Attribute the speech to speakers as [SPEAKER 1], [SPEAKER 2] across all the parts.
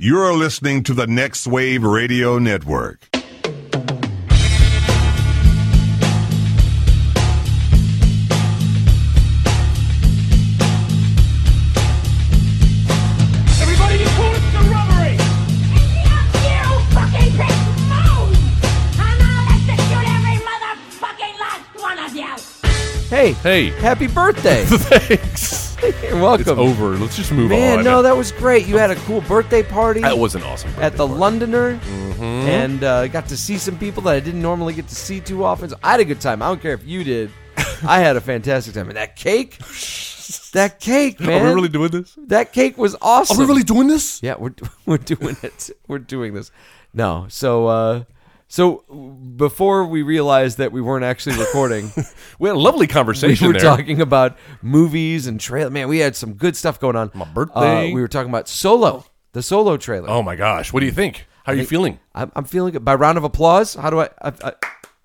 [SPEAKER 1] You're listening to the Next Wave Radio Network.
[SPEAKER 2] Everybody, you call it the robbery!
[SPEAKER 3] Hey,
[SPEAKER 4] Hey.
[SPEAKER 3] happy birthday!
[SPEAKER 4] Thanks.
[SPEAKER 3] You're
[SPEAKER 4] It's
[SPEAKER 3] welcome.
[SPEAKER 4] over. Let's just move
[SPEAKER 3] Man,
[SPEAKER 4] on.
[SPEAKER 3] no, that was great. You had a cool birthday party
[SPEAKER 4] That was Mm-hmm. an awesome.
[SPEAKER 3] at
[SPEAKER 4] birthday
[SPEAKER 3] the
[SPEAKER 4] party.
[SPEAKER 3] Londoner, and uh, got to see some people that I didn't normally get to see too often. So I had a good time. I don't care if you did. I had a fantastic time. And that cake, that cake, man,
[SPEAKER 4] Are we really doing this?
[SPEAKER 3] that cake was awesome.
[SPEAKER 4] Are we really doing this?
[SPEAKER 3] Yeah, we're we're doing it. We're doing this. No, so uh, so before we realized that we weren't actually recording.
[SPEAKER 4] We had a lovely
[SPEAKER 3] we
[SPEAKER 4] conversation
[SPEAKER 3] were
[SPEAKER 4] there.
[SPEAKER 3] talking about movies and trailer. Man, we had some good stuff going on. My
[SPEAKER 4] birthday.
[SPEAKER 3] we were talking about Solo, the Solo trailer.
[SPEAKER 4] oh my gosh, what do you think? How are you feeling?
[SPEAKER 3] I'm, I'm feeling good. By round of applause, how do I? I, I,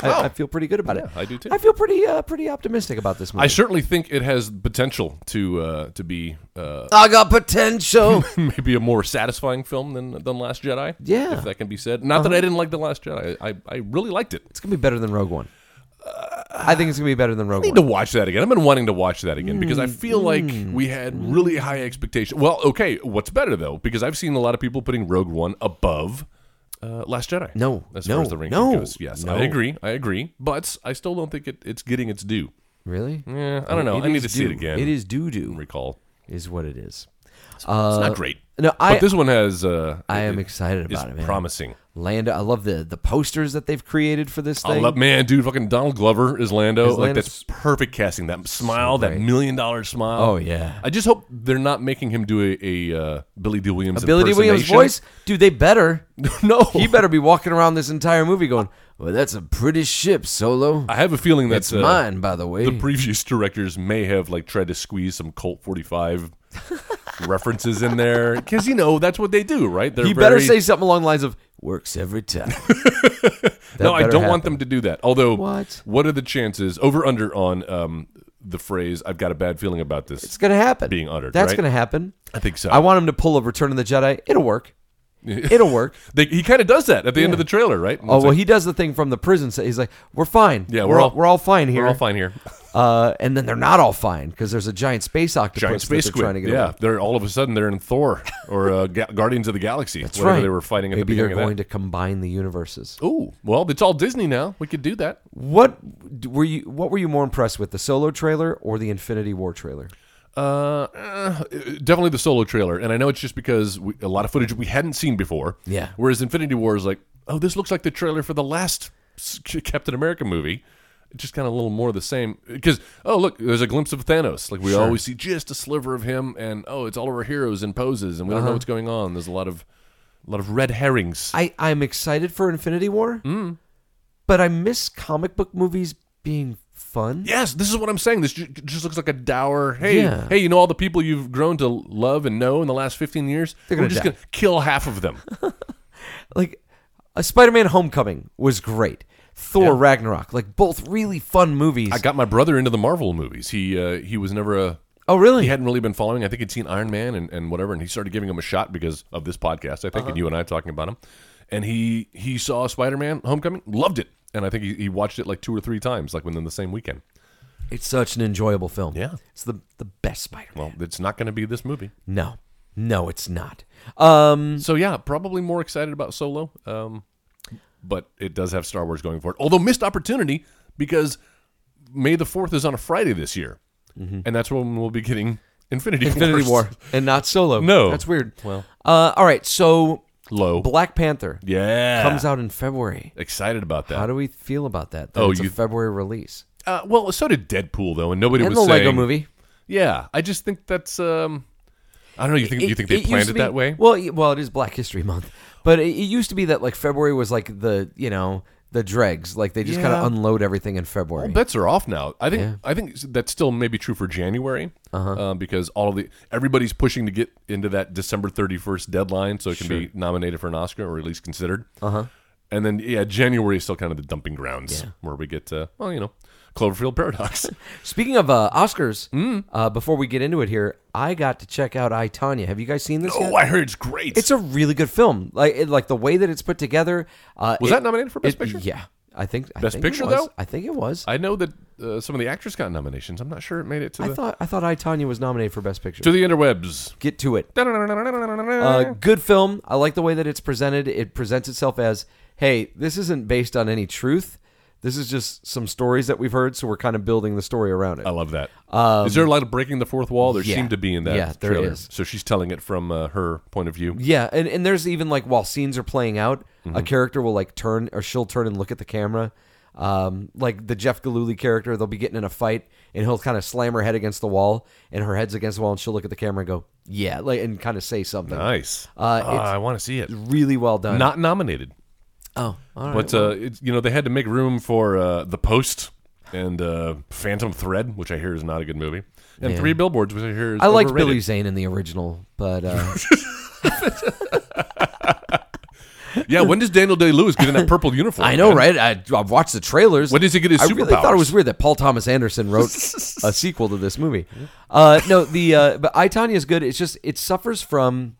[SPEAKER 4] Wow.
[SPEAKER 3] I, I feel pretty good about it.
[SPEAKER 4] Oh. I do too.
[SPEAKER 3] I feel pretty uh, pretty optimistic about this movie.
[SPEAKER 4] I certainly think it has potential to uh, to be uh,
[SPEAKER 3] I got potential.
[SPEAKER 4] maybe a more satisfying film than than Last Jedi.
[SPEAKER 3] Yeah.
[SPEAKER 4] if that can be said. Not that I didn't like the Last Jedi. I I really liked it.
[SPEAKER 3] it's gonna be better than Rogue One. I think it's gonna be better than Rogue
[SPEAKER 4] I need to
[SPEAKER 3] One.
[SPEAKER 4] watch that again. I've been wanting to watch that again because I
[SPEAKER 3] Mm,
[SPEAKER 4] feel like we had really high expectations. Well, okay, what's better though? Because I've seen a lot of people putting Rogue One above uh, Last Jedi.
[SPEAKER 3] No,
[SPEAKER 4] as
[SPEAKER 3] no,
[SPEAKER 4] far as the ranking
[SPEAKER 3] no,
[SPEAKER 4] goes. Yes,
[SPEAKER 3] no.
[SPEAKER 4] I agree. I agree, but I still don't think it, it's getting its due.
[SPEAKER 3] Really?
[SPEAKER 4] Yeah, I don't know. I need
[SPEAKER 3] is
[SPEAKER 4] to see
[SPEAKER 3] doo.
[SPEAKER 4] it again.
[SPEAKER 3] It is doo doo,
[SPEAKER 4] recall.
[SPEAKER 3] is what it is.
[SPEAKER 4] it's not great.
[SPEAKER 3] Uh, No, I
[SPEAKER 4] but this one has. Uh,
[SPEAKER 3] I
[SPEAKER 4] it-
[SPEAKER 3] am
[SPEAKER 4] it
[SPEAKER 3] excited
[SPEAKER 4] is
[SPEAKER 3] about it, man.
[SPEAKER 4] Promising.
[SPEAKER 3] Lando. I love the the posters that they've created for this
[SPEAKER 4] I
[SPEAKER 3] thing.
[SPEAKER 4] love, man, dude, fucking Donald Glover is Lando.
[SPEAKER 3] Is
[SPEAKER 4] like
[SPEAKER 3] Lando's-
[SPEAKER 4] that's perfect casting. That smile, that
[SPEAKER 3] great.
[SPEAKER 4] million dollar smile.
[SPEAKER 3] Oh, yeah.
[SPEAKER 4] I just hope they're not making him do a, a uh, Billy D. Williams.
[SPEAKER 3] Ability Williams' voice,
[SPEAKER 4] impersonation.
[SPEAKER 3] dude. They better.
[SPEAKER 4] no,
[SPEAKER 3] He better be walking around this entire movie going, "Well, that's a pretty ship, Solo.
[SPEAKER 4] I have a feeling
[SPEAKER 3] That's
[SPEAKER 4] that's uh,
[SPEAKER 3] mine, eh? by the way."
[SPEAKER 4] The previous directors may have like tried to squeeze some Colt forty five references in there because you know that's what they do, right? They're
[SPEAKER 3] he better
[SPEAKER 4] very-
[SPEAKER 3] say something along the lines of "Works every time."
[SPEAKER 4] no, I don't want them to do that. Although,
[SPEAKER 3] What?
[SPEAKER 4] What are the chances? Over under on um, the phrase "I've got a bad feeling about this."
[SPEAKER 3] It's gonna happen.
[SPEAKER 4] being uttered,
[SPEAKER 3] That's
[SPEAKER 4] right?
[SPEAKER 3] gonna happen.
[SPEAKER 4] I think so.
[SPEAKER 3] I want him to pull a Return of the Jedi. It'll work. It'll work.
[SPEAKER 4] They, he kind of does that at the end of the trailer, right? And
[SPEAKER 3] Oh
[SPEAKER 4] it's
[SPEAKER 3] well,
[SPEAKER 4] like,
[SPEAKER 3] he does the thing from the prison. So he's like, "We're fine.
[SPEAKER 4] yeah,
[SPEAKER 3] we're, all, we're all fine here.
[SPEAKER 4] We're all fine here.
[SPEAKER 3] Uh, and then they're not all fine because there's a giant space octopus
[SPEAKER 4] Giant space
[SPEAKER 3] that they're trying
[SPEAKER 4] squid.
[SPEAKER 3] to get.
[SPEAKER 4] yeah,
[SPEAKER 3] away.
[SPEAKER 4] they're all of a sudden they're in Thor or uh, Ga- Guardians of the Galaxy.
[SPEAKER 3] that's
[SPEAKER 4] whatever
[SPEAKER 3] right.
[SPEAKER 4] They were fighting at
[SPEAKER 3] Maybe
[SPEAKER 4] the
[SPEAKER 3] they're
[SPEAKER 4] beginning
[SPEAKER 3] going
[SPEAKER 4] of that.
[SPEAKER 3] to combine the universes.
[SPEAKER 4] Ooh, well, it's all Disney now. We could do that.
[SPEAKER 3] What d- were you? What were you more impressed with, the Solo trailer or the Infinity War trailer?
[SPEAKER 4] Uh, uh, definitely the solo trailer, and I know it's just because we, a lot of footage we hadn't seen before.
[SPEAKER 3] Yeah.
[SPEAKER 4] Whereas Infinity War is like, oh, this looks like the trailer for the last s- Captain America movie. Just kind of a little more of the same. Because oh, look, there's a glimpse of Thanos. Like we always see just a sliver of him, and oh, it's all of our heroes in poses, and we don't know what's going on. There's a lot of, a lot of red herrings.
[SPEAKER 3] Uh-huh. I I'm excited for Infinity War,
[SPEAKER 4] Mm.
[SPEAKER 3] but I miss comic book movies being fun.
[SPEAKER 4] Yes, this is what I'm saying. This ju- just looks like a dour. Hey,
[SPEAKER 3] Yeah.
[SPEAKER 4] hey, you know all the people you've grown to love and know in the last 15 years.
[SPEAKER 3] They're gonna
[SPEAKER 4] We're just
[SPEAKER 3] die.
[SPEAKER 4] gonna kill half of them.
[SPEAKER 3] Like, a Spider-Man: Homecoming was great. Thor:
[SPEAKER 4] Yeah.
[SPEAKER 3] Ragnarok, like both really fun movies.
[SPEAKER 4] I got my brother into the Marvel movies. He uh, he was never a
[SPEAKER 3] oh really?
[SPEAKER 4] he hadn't really been following. I think he'd seen Iron Man and, and whatever, and he started giving him a shot because of this podcast. I think,
[SPEAKER 3] Uh-huh.
[SPEAKER 4] and you and I talking about him. And he he saw Spider Man Homecoming, loved it, and I think he, he watched it like two or three times, like within the same weekend.
[SPEAKER 3] It's such an enjoyable film.
[SPEAKER 4] Yeah.
[SPEAKER 3] it's the the best Spider-Man.
[SPEAKER 4] Well, it's not going to be this movie.
[SPEAKER 3] No, no, it's not. Um,
[SPEAKER 4] So yeah, probably more excited about Solo, um, but it does have Star Wars going for it. Although missed opportunity because May the Fourth is on a Friday this year, and that's when we'll be getting Infinity
[SPEAKER 3] Mm-hmm. Infinity War and not Solo.
[SPEAKER 4] No.
[SPEAKER 3] that's weird.
[SPEAKER 4] Well.
[SPEAKER 3] uh, all right. So
[SPEAKER 4] Low.
[SPEAKER 3] Black Panther
[SPEAKER 4] Yeah.
[SPEAKER 3] comes out in February.
[SPEAKER 4] Excited about that.
[SPEAKER 3] How do we feel about that? that
[SPEAKER 4] Oh,
[SPEAKER 3] it's a
[SPEAKER 4] you-
[SPEAKER 3] February release
[SPEAKER 4] uh, well, so did Deadpool though, and nobody
[SPEAKER 3] and the
[SPEAKER 4] was saying.
[SPEAKER 3] Lego Movie.
[SPEAKER 4] Yeah, I just think that's. Um, I don't know. You think you think they
[SPEAKER 3] used
[SPEAKER 4] planned
[SPEAKER 3] to
[SPEAKER 4] it
[SPEAKER 3] be-
[SPEAKER 4] that way?
[SPEAKER 3] Well, y- well, it is Black History Month, but it, it used to be that like February was like the you know the dregs, like they just kind
[SPEAKER 4] Yeah. Oh,
[SPEAKER 3] of unload everything in February.
[SPEAKER 4] All bets are off now. I think I think that's still maybe true for January
[SPEAKER 3] Uh-huh.
[SPEAKER 4] uh, because all of the everybody's pushing to get into that December thirty first deadline so it can be nominated for an Oscar or at least
[SPEAKER 3] Uh-huh.
[SPEAKER 4] considered. Uh huh. And then yeah, January is still kind of the dumping grounds where we get uh, well, you know, Cloverfield Paradox.
[SPEAKER 3] Speaking of uh, Oscars,
[SPEAKER 4] Mm.
[SPEAKER 3] uh, before we get into it here, I got to check out I Tanya. Have you guys seen this? yet?
[SPEAKER 4] oh, I heard it's great.
[SPEAKER 3] It's a really good film. Like it, like the way that it's put together. Uh,
[SPEAKER 4] Was
[SPEAKER 3] it-
[SPEAKER 4] that nominated for Best
[SPEAKER 3] it-
[SPEAKER 4] Picture?
[SPEAKER 3] Yeah, I think I
[SPEAKER 4] Best
[SPEAKER 3] think it
[SPEAKER 4] Picture,
[SPEAKER 3] was.
[SPEAKER 4] though?
[SPEAKER 3] I think it was. I,
[SPEAKER 4] I know that uh, some of the actors got nominations. I'm not sure it made it to the
[SPEAKER 3] thought I thought I Tanya was nominated for Best Picture.
[SPEAKER 4] to the interwebs.
[SPEAKER 3] get to it. Uh, good film. I like the way that it's presented. It presents itself as, hey, this isn't based on any truth. This is just some stories that we've heard, so we're kind of building the story around it.
[SPEAKER 4] I love that. Is there a lot of breaking the fourth wall? There
[SPEAKER 3] um, yeah.
[SPEAKER 4] seemed to be in that
[SPEAKER 3] Yeah, there
[SPEAKER 4] trailer.
[SPEAKER 3] is.
[SPEAKER 4] So she's telling it from uh, her point of view.
[SPEAKER 3] Yeah, and, and there's even like while scenes are playing out,
[SPEAKER 4] Mm-hmm.
[SPEAKER 3] a character will like turn or she'll turn and look at the camera. Um, like the Jeff Galooly character, they'll be getting in a fight and he'll kind of slam her head against the wall and her head's against the wall and she'll look at the camera and go, yeah, like and kind of say something.
[SPEAKER 4] Nice.
[SPEAKER 3] Uh,
[SPEAKER 4] Ah,
[SPEAKER 3] it's-
[SPEAKER 4] I want to see it.
[SPEAKER 3] Really well done.
[SPEAKER 4] Not nominated.
[SPEAKER 3] oh, all right.
[SPEAKER 4] But uh, it's you know they had to make room for uh, the Post and uh, Phantom Thread, which I hear is not a good movie, and Three Billboards, which I hear is
[SPEAKER 3] I liked
[SPEAKER 4] overrated.
[SPEAKER 3] Billy Zane in the original, but uh,
[SPEAKER 4] Yeah, when does Daniel Day Lewis get in that purple uniform?
[SPEAKER 3] I know,
[SPEAKER 4] man?
[SPEAKER 3] right? I, I've watched the trailers.
[SPEAKER 4] When does he get his
[SPEAKER 3] I really thought
[SPEAKER 4] superpowers?
[SPEAKER 3] it was weird that Paul Thomas Anderson wrote a sequel to this movie. Uh, no, the uh, but I Tanya is good. It's just it suffers from.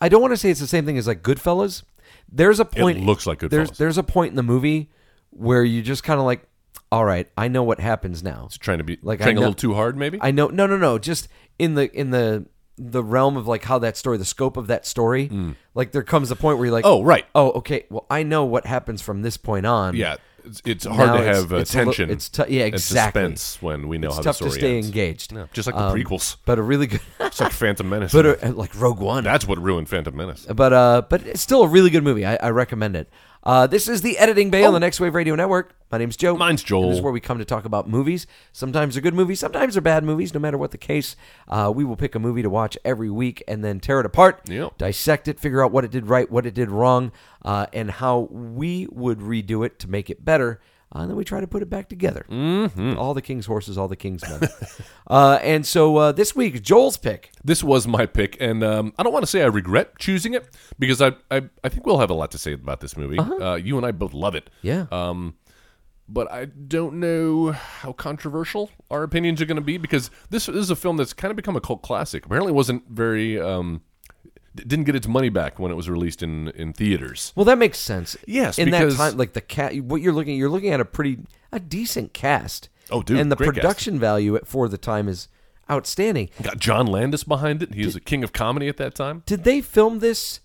[SPEAKER 3] I don't want to say it's the same thing as like Goodfellas. There's a point.
[SPEAKER 4] looks like Goodfellas.
[SPEAKER 3] There's there's a point in the movie where you just kind of like, all right, I know what happens now.
[SPEAKER 4] It's trying to be
[SPEAKER 3] Like, I
[SPEAKER 4] trying
[SPEAKER 3] know-
[SPEAKER 4] a little too hard, maybe.
[SPEAKER 3] I know. No, no, no. Just in the in the the realm of like how that story, the scope of that story. Like there comes a point where you're like,
[SPEAKER 4] Mm. Oh, right.
[SPEAKER 3] oh, okay. Well, I know what happens from this point on.
[SPEAKER 4] yeah, it's, it's hard
[SPEAKER 3] Now
[SPEAKER 4] to
[SPEAKER 3] it's-
[SPEAKER 4] have uh,
[SPEAKER 3] it's a little-
[SPEAKER 4] tension.
[SPEAKER 3] it's tou- yeah, exactly.
[SPEAKER 4] And suspense when we know
[SPEAKER 3] it's
[SPEAKER 4] how
[SPEAKER 3] tough
[SPEAKER 4] the
[SPEAKER 3] to
[SPEAKER 4] story
[SPEAKER 3] stay
[SPEAKER 4] ends.
[SPEAKER 3] engaged.
[SPEAKER 4] Yeah, just like the
[SPEAKER 3] Um,
[SPEAKER 4] prequels,
[SPEAKER 3] But a really good,
[SPEAKER 4] it's like Phantom Menace.
[SPEAKER 3] but a, like Rogue One.
[SPEAKER 4] That's what ruined Phantom Menace.
[SPEAKER 3] but uh, but it's still a really good movie. I, I recommend it. Uh, this is the editing bay on the Next Wave Radio Network. My name's Joe.
[SPEAKER 4] Oh. Mine's Joel.
[SPEAKER 3] And this is where we come to talk about movies. Sometimes they're good movies, sometimes they're bad movies. No matter what the case, uh, we will pick a movie to watch every week and then tear it apart,
[SPEAKER 4] Yep.
[SPEAKER 3] dissect it, figure out what it did right, what it did wrong, uh, and how we would redo it to make it better. Uh, and then we try to put it back together. Mm-hmm. All the king's horses, all the king's men. uh, and so uh, this week, Joel's pick.
[SPEAKER 4] This was my pick, and um, I don't want to say I regret choosing it because I, I I think we'll have a lot to say about this movie. Uh, you and I both love it.
[SPEAKER 3] Uh-huh.
[SPEAKER 4] Um,
[SPEAKER 3] Yeah.
[SPEAKER 4] but I don't know how controversial our opinions are going to be because this is a film that's kind of become a cult classic. Apparently, it wasn't very um, d- didn't get its money back when it was released in in theaters.
[SPEAKER 3] Well, that makes sense.
[SPEAKER 4] Yes,
[SPEAKER 3] in that
[SPEAKER 4] because-
[SPEAKER 3] time, like the cat, what you're looking, you're looking at a pretty, a decent cast.
[SPEAKER 4] Oh, dude,
[SPEAKER 3] and the
[SPEAKER 4] great cast.
[SPEAKER 3] production value at, for the time is outstanding.
[SPEAKER 4] Got John Landis behind it. He was a king of comedy at that time.
[SPEAKER 3] Did they film this,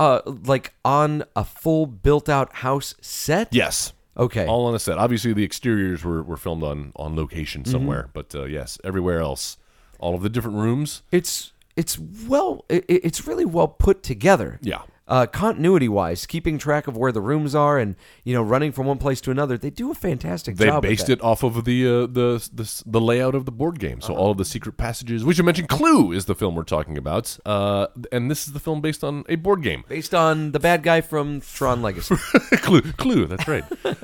[SPEAKER 3] uh, like on a full built-out house set?
[SPEAKER 4] Yes.
[SPEAKER 3] Okay.
[SPEAKER 4] All on a set. Obviously, the exteriors were, were filmed on, on location
[SPEAKER 3] Mm-hmm.
[SPEAKER 4] somewhere, but uh, yes, everywhere else, all of the different rooms.
[SPEAKER 3] it's it's well, it, it's really well put together.
[SPEAKER 4] Yeah.
[SPEAKER 3] Uh, continuity wise, keeping track of where the rooms are and you know running from one place to another, they do a fantastic
[SPEAKER 4] They
[SPEAKER 3] job. with
[SPEAKER 4] based
[SPEAKER 3] that.
[SPEAKER 4] it off of the, uh, the the the layout of the board game,
[SPEAKER 3] Uh-huh.
[SPEAKER 4] so all of the secret passages. We should mention Clue is the film we're talking about, uh, and this is the film based on a board game.
[SPEAKER 3] based on the bad guy from Tron Legacy.
[SPEAKER 4] Clue, Clue. That's right.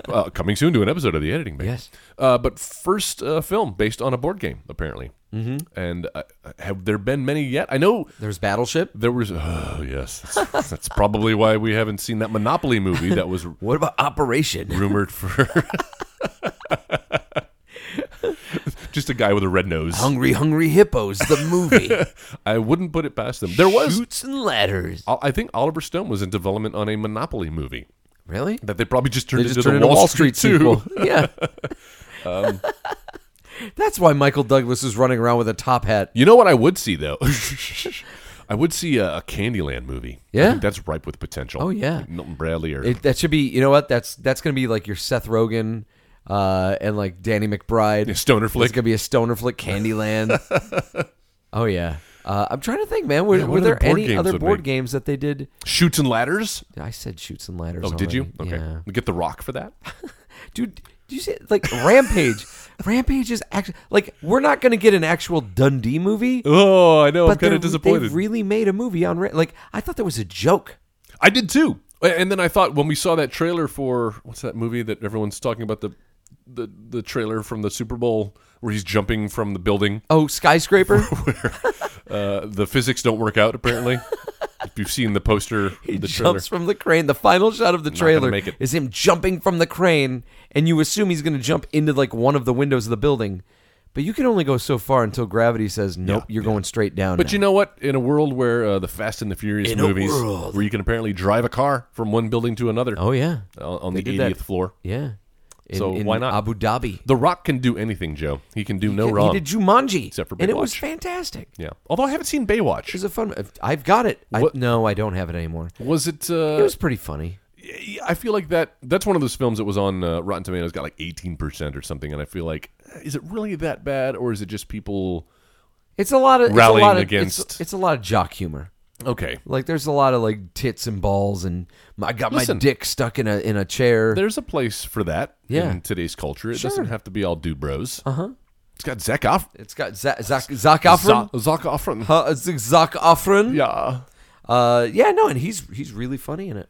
[SPEAKER 4] uh, coming soon to an episode of the editing. Bay.
[SPEAKER 3] Yes.
[SPEAKER 4] Uh, but first uh, film based on a board game, apparently. Mm-hmm. And uh, have there been many yet? I know
[SPEAKER 3] There's Battleship.
[SPEAKER 4] There was, oh, yes. That's, that's probably why we haven't seen that Monopoly movie that was
[SPEAKER 3] What about Operation?
[SPEAKER 4] rumored for. Just a guy with a red nose.
[SPEAKER 3] Hungry Hungry Hippos, the movie.
[SPEAKER 4] I wouldn't put it past them. There was.
[SPEAKER 3] Shoots and ladders.
[SPEAKER 4] I I think Oliver Stone was in development on a Monopoly movie
[SPEAKER 3] Really?
[SPEAKER 4] that they probably just turned
[SPEAKER 3] They just
[SPEAKER 4] into
[SPEAKER 3] turned
[SPEAKER 4] the
[SPEAKER 3] into
[SPEAKER 4] Wall,
[SPEAKER 3] Wall Street,
[SPEAKER 4] Street Um, 2.
[SPEAKER 3] sequel. yeah. That's why Michael Douglas is running around with a top hat.
[SPEAKER 4] You know what I would see though? I would see a, a Candyland movie. I
[SPEAKER 3] Yeah?
[SPEAKER 4] think that's ripe with potential.
[SPEAKER 3] Oh, yeah.
[SPEAKER 4] Like Milton Bradley or
[SPEAKER 3] It, that should be. You know what? That's that's gonna be like your Seth Rogen. Uh, and like Danny McBride,
[SPEAKER 4] Yeah, stoner flick.
[SPEAKER 3] It's gonna be a stoner flick, Candyland. oh yeah, uh, I'm trying to think, man. Were,
[SPEAKER 4] Yeah, what
[SPEAKER 3] were
[SPEAKER 4] other
[SPEAKER 3] there
[SPEAKER 4] board
[SPEAKER 3] any
[SPEAKER 4] games
[SPEAKER 3] other
[SPEAKER 4] would
[SPEAKER 3] board
[SPEAKER 4] be?
[SPEAKER 3] games that they did?
[SPEAKER 4] Shoots and Ladders.
[SPEAKER 3] I said shoots and ladders.
[SPEAKER 4] Oh, did you?
[SPEAKER 3] already.
[SPEAKER 4] Okay.
[SPEAKER 3] Yeah.
[SPEAKER 4] Get the Rock for that.
[SPEAKER 3] dude. Do you see like Rampage? Rampage is actually like we're not going to get an actual Dundee movie,
[SPEAKER 4] Oh, I know. I'm
[SPEAKER 3] but
[SPEAKER 4] kind
[SPEAKER 3] they're-
[SPEAKER 4] of disappointed.
[SPEAKER 3] They really made a movie on Ra- like I thought that was a joke.
[SPEAKER 4] I did too. And then I thought when we saw that trailer for what's that movie that everyone's talking about the the the trailer from the Super Bowl where he's jumping from the building.
[SPEAKER 3] Oh, skyscraper!
[SPEAKER 4] Uh, the physics don't work out apparently. if you've seen the poster,
[SPEAKER 3] He
[SPEAKER 4] the trailer.
[SPEAKER 3] jumps from the crane. The final shot of the
[SPEAKER 4] gonna
[SPEAKER 3] trailer
[SPEAKER 4] make it.
[SPEAKER 3] is him jumping from the crane, and you assume he's going to jump into like one of the windows of the building, but you can only go so far until gravity says nope. you're going straight down.
[SPEAKER 4] But you know what? In a world where uh, the Fast and the Furious
[SPEAKER 3] In a
[SPEAKER 4] movies,
[SPEAKER 3] world.
[SPEAKER 4] where you can apparently drive a car from one building to another
[SPEAKER 3] oh yeah,
[SPEAKER 4] on, on
[SPEAKER 3] They
[SPEAKER 4] the
[SPEAKER 3] did that.
[SPEAKER 4] 80th floor,
[SPEAKER 3] yeah. In,
[SPEAKER 4] So
[SPEAKER 3] in
[SPEAKER 4] why not?
[SPEAKER 3] Abu Dhabi?
[SPEAKER 4] The Rock can do anything, Joe. He can do no
[SPEAKER 3] he,
[SPEAKER 4] wrong.
[SPEAKER 3] did Jumanji,
[SPEAKER 4] Except for
[SPEAKER 3] and it was
[SPEAKER 4] Baywatch.
[SPEAKER 3] fantastic.
[SPEAKER 4] yeah. Although I haven't seen
[SPEAKER 3] It was
[SPEAKER 4] Baywatch.
[SPEAKER 3] a fun. I've got it. I,
[SPEAKER 4] What-
[SPEAKER 3] no, I don't have it anymore.
[SPEAKER 4] Was it? Uh,
[SPEAKER 3] It was pretty funny.
[SPEAKER 4] I feel like that. That's one of those films that was on uh, Rotten Tomatoes, got like 18 percent or something, and I feel like, is it really that bad, or is it just people?
[SPEAKER 3] It's a lot of it's a
[SPEAKER 4] Rallying
[SPEAKER 3] lot of-
[SPEAKER 4] against-
[SPEAKER 3] It's, it's a lot of jock humor.
[SPEAKER 4] Okay.
[SPEAKER 3] Like there's a lot of like tits and balls, and my, I got
[SPEAKER 4] Listen.
[SPEAKER 3] my dick stuck in a in a chair.
[SPEAKER 4] There's a place for that
[SPEAKER 3] Yeah.
[SPEAKER 4] in today's culture. It
[SPEAKER 3] Sure. Uh-huh.
[SPEAKER 4] doesn't have to be all dude bros. Uh huh. It's got Zach Off.
[SPEAKER 3] It's got Zach Zach, Zach Efron.
[SPEAKER 4] Za- Zac Efron.
[SPEAKER 3] Huh, it's Zach Efron.
[SPEAKER 4] Yeah.
[SPEAKER 3] Uh, yeah, no, and he's he's really funny in it.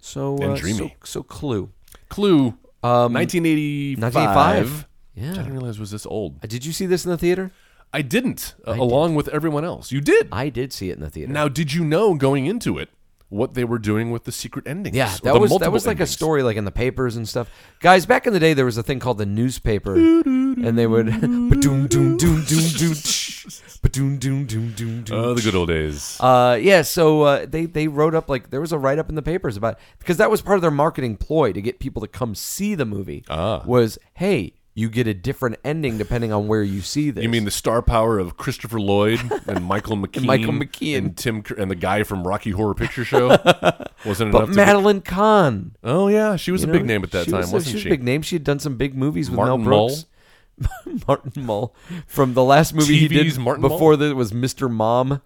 [SPEAKER 3] So uh,
[SPEAKER 4] And dreamy.
[SPEAKER 3] So, so Clue.
[SPEAKER 4] Clue. Um, 1985.
[SPEAKER 3] 1985.
[SPEAKER 4] Which I didn't
[SPEAKER 3] Yeah.
[SPEAKER 4] realize was this old.
[SPEAKER 3] Uh, Did you see this in the theater?
[SPEAKER 4] I didn't, uh, along with everyone else. You did.
[SPEAKER 3] I did see it in the theater.
[SPEAKER 4] Now, did you know going into it what they were doing with the secret endings?
[SPEAKER 3] yeah,
[SPEAKER 4] The
[SPEAKER 3] that was that
[SPEAKER 4] multiple
[SPEAKER 3] was like
[SPEAKER 4] endings?
[SPEAKER 3] a story, like in the papers and stuff. Guys, back in the day, there was a thing called the newspaper, and they would. Ba-doom, doom, doom, doom, doom, tsh. Ba-doom, doom, doom, doom, doom,
[SPEAKER 4] Oh, the good old days.
[SPEAKER 3] Uh, yeah, so uh, they they wrote up like there was a write up in the papers about because that was part of their marketing ploy to get people to come see the movie.
[SPEAKER 4] Ah.
[SPEAKER 3] Was hey, you get a different ending depending on where you see this.
[SPEAKER 4] you mean the star power of Christopher Lloyd and Michael McKean,
[SPEAKER 3] Michael McKean.
[SPEAKER 4] and Tim Cur- and the guy from Rocky Horror Picture Show wasn't enough.
[SPEAKER 3] But
[SPEAKER 4] to
[SPEAKER 3] Madeline Kahn
[SPEAKER 4] be- oh yeah, she was
[SPEAKER 3] you
[SPEAKER 4] a
[SPEAKER 3] know,
[SPEAKER 4] big name at that
[SPEAKER 3] she
[SPEAKER 4] time,
[SPEAKER 3] was a,
[SPEAKER 4] wasn't
[SPEAKER 3] she? Was
[SPEAKER 4] she?
[SPEAKER 3] a big name. She had done some big movies with
[SPEAKER 4] Martin
[SPEAKER 3] Mel Brooks. Martin Mull from the last movie he
[SPEAKER 4] TV's
[SPEAKER 3] did
[SPEAKER 4] Martin Mull?
[SPEAKER 3] before that was Mr. Mom,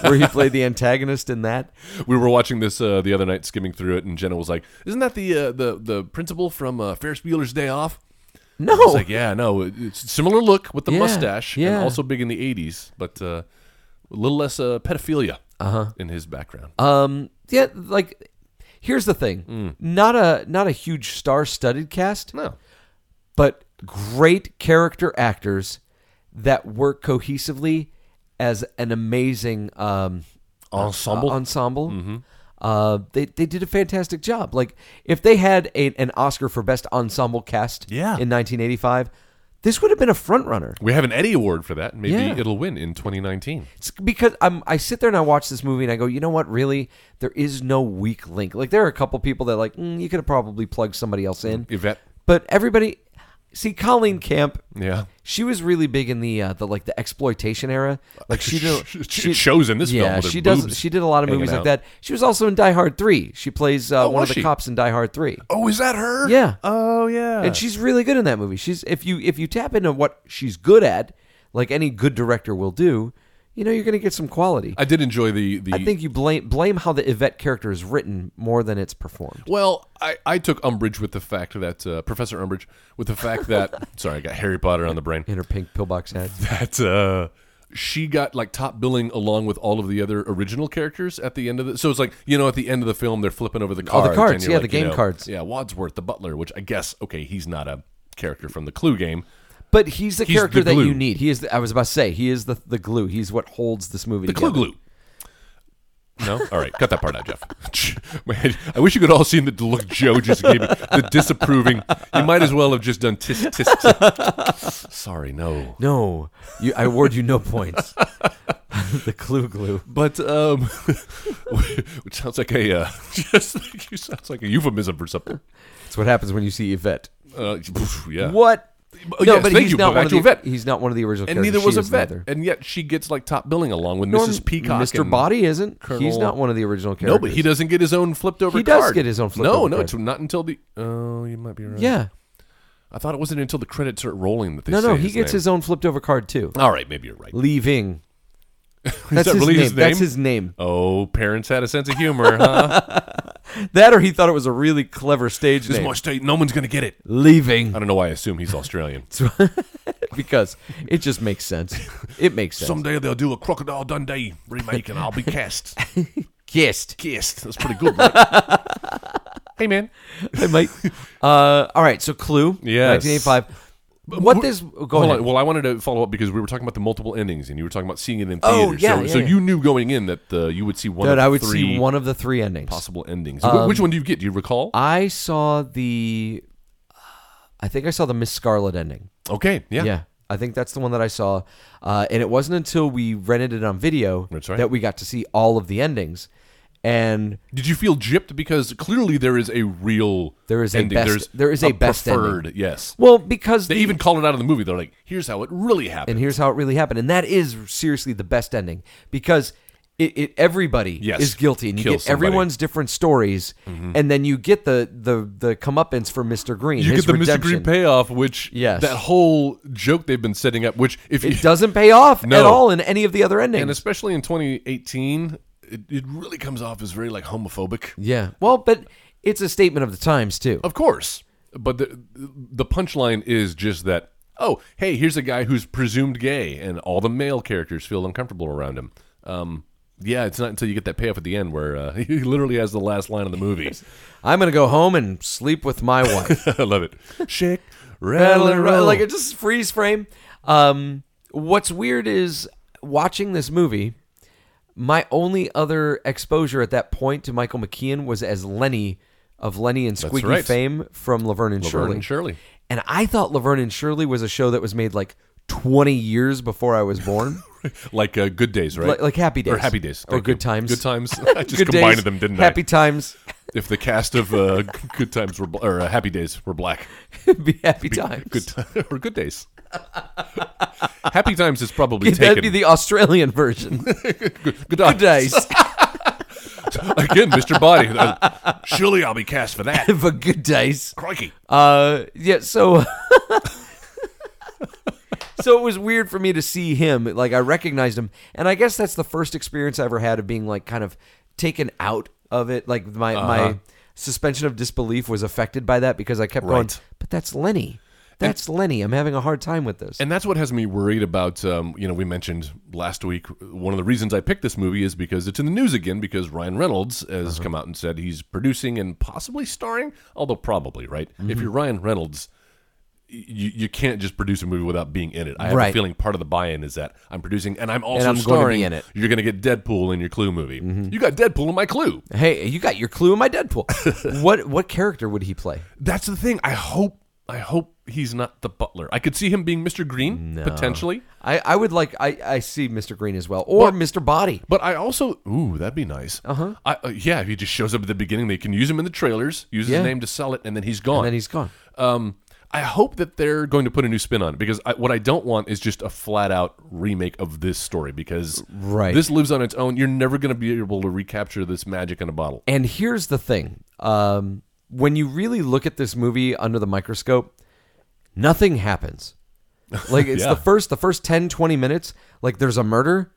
[SPEAKER 3] where he played the antagonist in that.
[SPEAKER 4] We were watching this uh, the other night, skimming through it, and Jenna was like, "Isn't that the uh, the the principal from uh, Ferris Bueller's Day Off?"
[SPEAKER 3] No,
[SPEAKER 4] I was like, "Yeah, no, it- it's a similar look with the
[SPEAKER 3] Yeah,
[SPEAKER 4] mustache,
[SPEAKER 3] yeah.
[SPEAKER 4] and also big in the '80s, but uh, a little less uh, pedophilia
[SPEAKER 3] Uh-huh.
[SPEAKER 4] in his background."
[SPEAKER 3] Um, yeah, like here's the thing: not a not a huge star-studded cast,
[SPEAKER 4] Mm. no,
[SPEAKER 3] but great character actors that work cohesively as an amazing um,
[SPEAKER 4] ensemble. Mm-hmm.
[SPEAKER 3] uh, ensemble. Uh, they they did a fantastic job. Like if they had a, an Oscar for best ensemble cast,
[SPEAKER 4] Yeah.
[SPEAKER 3] in 1985, this would have been a front runner.
[SPEAKER 4] we have an Eddie Award for that. Maybe
[SPEAKER 3] Yeah.
[SPEAKER 4] it'll win in 2019.
[SPEAKER 3] It's because I'm I sit there and I watch this movie and I go, you know what? Really, there is no weak link. Like there are a couple people that like mm, you could have probably plugged somebody else in,
[SPEAKER 4] Yvette,
[SPEAKER 3] but everybody. See, Colleen Camp,
[SPEAKER 4] yeah,
[SPEAKER 3] she was really big in the uh, the like the exploitation era. Like she did,
[SPEAKER 4] It shows in this film
[SPEAKER 3] yeah,
[SPEAKER 4] with her
[SPEAKER 3] she does.
[SPEAKER 4] boobs
[SPEAKER 3] She did a lot of
[SPEAKER 4] hanging
[SPEAKER 3] movies
[SPEAKER 4] out.
[SPEAKER 3] like that. She was also in Die Hard Three. She plays uh,
[SPEAKER 4] Oh,
[SPEAKER 2] was
[SPEAKER 3] one of the
[SPEAKER 4] she?
[SPEAKER 3] cops in Die Hard Three.
[SPEAKER 4] Oh, is that her?
[SPEAKER 3] Yeah.
[SPEAKER 4] Oh, yeah.
[SPEAKER 3] and she's really good in that movie. She's if you if you tap into what she's good at, like any good director will do, you know you're going to get some quality.
[SPEAKER 4] I did enjoy the the.
[SPEAKER 3] I think you blame blame how the Yvette character is written more than it's performed.
[SPEAKER 4] Well, I, I took umbrage with the fact that uh, Professor Umbridge with the fact that sorry, I got Harry Potter on the brain.
[SPEAKER 3] In her pink pillbox hat.
[SPEAKER 4] That uh, she got like top billing along with all of the other original characters at the end of the. So it's like you know at the end of the film they're flipping over the
[SPEAKER 3] All
[SPEAKER 4] cards.
[SPEAKER 3] Oh, the cards,
[SPEAKER 4] and you're
[SPEAKER 3] yeah,
[SPEAKER 4] like,
[SPEAKER 3] the
[SPEAKER 4] you
[SPEAKER 3] game
[SPEAKER 4] know,
[SPEAKER 3] cards.
[SPEAKER 4] Yeah, Wadsworth the butler, which I guess okay, he's not a character from the Clue game.
[SPEAKER 3] But he's the
[SPEAKER 4] He's
[SPEAKER 3] character
[SPEAKER 4] the
[SPEAKER 3] that
[SPEAKER 4] glue.
[SPEAKER 3] you need. He is. The, I was about to say he is the the glue. He's what holds this movie.
[SPEAKER 4] The Clue
[SPEAKER 3] together.
[SPEAKER 4] glue. No, all right, cut that part out, Jeff. Man, I wish you could all seen the look Joe just gave me, the disapproving. You might as well have just done tis tis. tis. Sorry, no.
[SPEAKER 3] No, you, I award you no points. the clue glue.
[SPEAKER 4] But um, which sounds like a uh, just like you sounds like a euphemism for something.
[SPEAKER 3] That's what happens when you see Yvette.
[SPEAKER 4] Uh, yeah.
[SPEAKER 3] What?
[SPEAKER 4] Oh, yes, thank you, but
[SPEAKER 3] one
[SPEAKER 4] back
[SPEAKER 3] of
[SPEAKER 4] to
[SPEAKER 3] the,
[SPEAKER 4] Yvette.
[SPEAKER 3] He's not one of the original.
[SPEAKER 4] And
[SPEAKER 3] characters.
[SPEAKER 4] neither was
[SPEAKER 3] She
[SPEAKER 4] a
[SPEAKER 3] is
[SPEAKER 4] vet,
[SPEAKER 3] neither.
[SPEAKER 4] and yet she gets like top billing along with
[SPEAKER 3] Norm-
[SPEAKER 4] Mrs. Peacock,
[SPEAKER 3] Mr.
[SPEAKER 4] and-
[SPEAKER 3] Body isn't. He's
[SPEAKER 4] Colonel-
[SPEAKER 3] not one of the original characters.
[SPEAKER 4] No, but he doesn't get his own flipped over.
[SPEAKER 3] He does
[SPEAKER 4] card.
[SPEAKER 3] get his own flipped
[SPEAKER 4] no,
[SPEAKER 3] over
[SPEAKER 4] no,
[SPEAKER 3] card.
[SPEAKER 4] it's not until the. Oh, you might be right.
[SPEAKER 3] Yeah.
[SPEAKER 4] I thought it wasn't until the credits are rolling that they.
[SPEAKER 3] No,
[SPEAKER 4] say
[SPEAKER 3] no, he
[SPEAKER 4] his
[SPEAKER 3] gets
[SPEAKER 4] name.
[SPEAKER 3] his own flipped over card too.
[SPEAKER 4] All right, maybe you're right.
[SPEAKER 3] Leaving. That's
[SPEAKER 4] that
[SPEAKER 3] his,
[SPEAKER 4] really
[SPEAKER 3] name.
[SPEAKER 4] his
[SPEAKER 3] That's
[SPEAKER 4] name?
[SPEAKER 3] his name.
[SPEAKER 4] Oh, parents had a sense of humor, huh?
[SPEAKER 3] That or he thought it was a really clever stage
[SPEAKER 4] this is
[SPEAKER 3] name.
[SPEAKER 4] my state. No one's gonna get it.
[SPEAKER 3] Leaving.
[SPEAKER 4] I don't know why I assume he's Australian.
[SPEAKER 3] because it just makes sense. It makes sense.
[SPEAKER 4] Someday they'll do a Crocodile Dundee remake, and I'll be cast.
[SPEAKER 3] Kissed.
[SPEAKER 4] Kissed. That's pretty good. Right? hey, man.
[SPEAKER 3] I might. Uh, all right. So Clue.
[SPEAKER 4] Yes.
[SPEAKER 3] 1985. What this? oh, Go
[SPEAKER 4] Hold
[SPEAKER 3] ahead.
[SPEAKER 4] on. Well, I wanted to follow up because we were talking about the multiple endings, and you were talking about seeing it in
[SPEAKER 3] Oh,
[SPEAKER 4] theaters.
[SPEAKER 3] yeah,
[SPEAKER 4] so,
[SPEAKER 3] yeah,
[SPEAKER 4] so
[SPEAKER 3] yeah.
[SPEAKER 4] you knew going in that uh, you would see one.
[SPEAKER 3] Dude,
[SPEAKER 4] of
[SPEAKER 3] I would
[SPEAKER 4] three
[SPEAKER 3] see one of the three endings.
[SPEAKER 4] possible endings. Wh- Which one do you get? Do you recall?
[SPEAKER 3] I saw the. I think I saw the Miss Scarlet ending.
[SPEAKER 4] okay. Yeah.
[SPEAKER 3] Yeah. I think that's the one that I saw. Uh, and it wasn't until we rented it on video
[SPEAKER 4] That's right.
[SPEAKER 3] that we got to see all of the endings. And
[SPEAKER 4] Did you feel gypped because clearly there is a real
[SPEAKER 3] There is a
[SPEAKER 4] ending.
[SPEAKER 3] best-
[SPEAKER 4] There's
[SPEAKER 3] there is a best
[SPEAKER 4] preferred. Yes.
[SPEAKER 3] well, because
[SPEAKER 4] They
[SPEAKER 3] the-
[SPEAKER 4] even call it out in the movie. They're like, "Here's how it really happened."
[SPEAKER 3] and here's how it really happened, and that is seriously the best ending because it, it everybody
[SPEAKER 4] Yes.
[SPEAKER 3] is guilty, and you
[SPEAKER 4] Kill
[SPEAKER 3] get
[SPEAKER 4] somebody. Mm-hmm.
[SPEAKER 3] everyone's different stories, and then you get the the the comeuppance for Mister Green.
[SPEAKER 4] you
[SPEAKER 3] his
[SPEAKER 4] get the Mr.
[SPEAKER 3] redemption.
[SPEAKER 4] Green payoff, which
[SPEAKER 3] Yes.
[SPEAKER 4] that whole joke they've been setting up, which if you
[SPEAKER 3] It doesn't pay off
[SPEAKER 4] No.
[SPEAKER 3] at all in any of the other endings.
[SPEAKER 4] and especially in 2018, it, it really comes off as very like homophobic.
[SPEAKER 3] yeah, well, but it's a statement of the times too.
[SPEAKER 4] Of course. But the the punchline is just that, oh, hey, here's a guy who's presumed gay and all the male characters feel uncomfortable around him. Um yeah, it's not until you get that payoff at the end where uh, he literally has the last line of the movie.
[SPEAKER 3] I'm gonna go home and sleep with my wife.
[SPEAKER 4] I love it. Shake, rattle, and roll.
[SPEAKER 3] like it just freeze frame. Um, what's weird is watching this movie. My only other exposure at that point to Michael McKean was as Lenny of Lenny and Squeaky
[SPEAKER 4] right.
[SPEAKER 3] fame from Laverne and
[SPEAKER 4] Laverne
[SPEAKER 3] Shirley.
[SPEAKER 4] and Shirley.
[SPEAKER 3] And I thought Laverne and Shirley was a show that was made like 20 years before I was born.
[SPEAKER 4] Like uh, Good Days, right?
[SPEAKER 3] Like- like Happy Days.
[SPEAKER 4] Or Happy Days.
[SPEAKER 3] Or
[SPEAKER 4] Thank
[SPEAKER 3] Good
[SPEAKER 4] you.
[SPEAKER 3] Times.
[SPEAKER 4] Good Times. I just
[SPEAKER 3] Good
[SPEAKER 4] combined
[SPEAKER 3] days,
[SPEAKER 4] them, didn't
[SPEAKER 3] Happy
[SPEAKER 4] I?
[SPEAKER 3] times.
[SPEAKER 4] If the cast of uh, Good Times were, bl- or uh, Happy Days were black.
[SPEAKER 3] be happy times.
[SPEAKER 4] Good t- or good days. Happy times is probably
[SPEAKER 3] That'd
[SPEAKER 4] taken.
[SPEAKER 3] be the Australian version.
[SPEAKER 4] good,
[SPEAKER 3] Good days.
[SPEAKER 4] again, Mr. Body. Uh, surely I'll be cast for that.
[SPEAKER 3] For good days.
[SPEAKER 4] Crikey!
[SPEAKER 3] Uh, yeah, so so it was weird for me to see him. Like I recognized him, and I guess that's the first experience I ever had of being like kind of taken out of it. Like my
[SPEAKER 4] Uh-huh.
[SPEAKER 3] my suspension of disbelief was affected by that because I kept going,
[SPEAKER 4] Right.
[SPEAKER 3] but that's Lenny. That's Lenny. I'm having a hard time with this.
[SPEAKER 4] And that's what has me worried about. Um, you know, we mentioned last week one of the reasons I picked this movie is because it's in the news again because Ryan Reynolds has
[SPEAKER 3] Uh-huh.
[SPEAKER 4] come out and said he's producing and possibly starring, although probably right.
[SPEAKER 3] Mm-hmm.
[SPEAKER 4] If you're Ryan Reynolds. y- You, you can't just produce a movie without being in it. I have a
[SPEAKER 3] Right.
[SPEAKER 4] feeling part of the buy-in is that I'm producing and I'm also
[SPEAKER 3] I'm going to be
[SPEAKER 4] starring.
[SPEAKER 3] in it. Mm-hmm.
[SPEAKER 4] You're going to get Deadpool in your Clue movie. You got Deadpool in my Clue.
[SPEAKER 3] hey, you got your clue in my Deadpool. what what character would he play?
[SPEAKER 4] That's the thing. I hope. I hope he's not the butler. I could see him being Mr. Green potentially,
[SPEAKER 3] I, I would like I, I see Mr. Green as well or Mr. Body.
[SPEAKER 4] but I also ooh that'd be nice. Uh-huh. I, uh Yeah, if he just shows up at the beginning, they can use him in the trailers, use
[SPEAKER 3] Yeah.
[SPEAKER 4] his name to sell it, and then he's gone.
[SPEAKER 3] And then he's gone.
[SPEAKER 4] Um, I hope that they're going to put a new spin on it because I, what I don't want is just a flat out remake of this story because
[SPEAKER 3] Right.
[SPEAKER 4] this lives on its own. You're never going to be able to recapture this magic in a bottle.
[SPEAKER 3] And here's the thing: um, when you really look at this movie under the microscope, nothing happens. Like it's
[SPEAKER 4] Yeah.
[SPEAKER 3] the first the first 10, 20 minutes. Like there's a murder,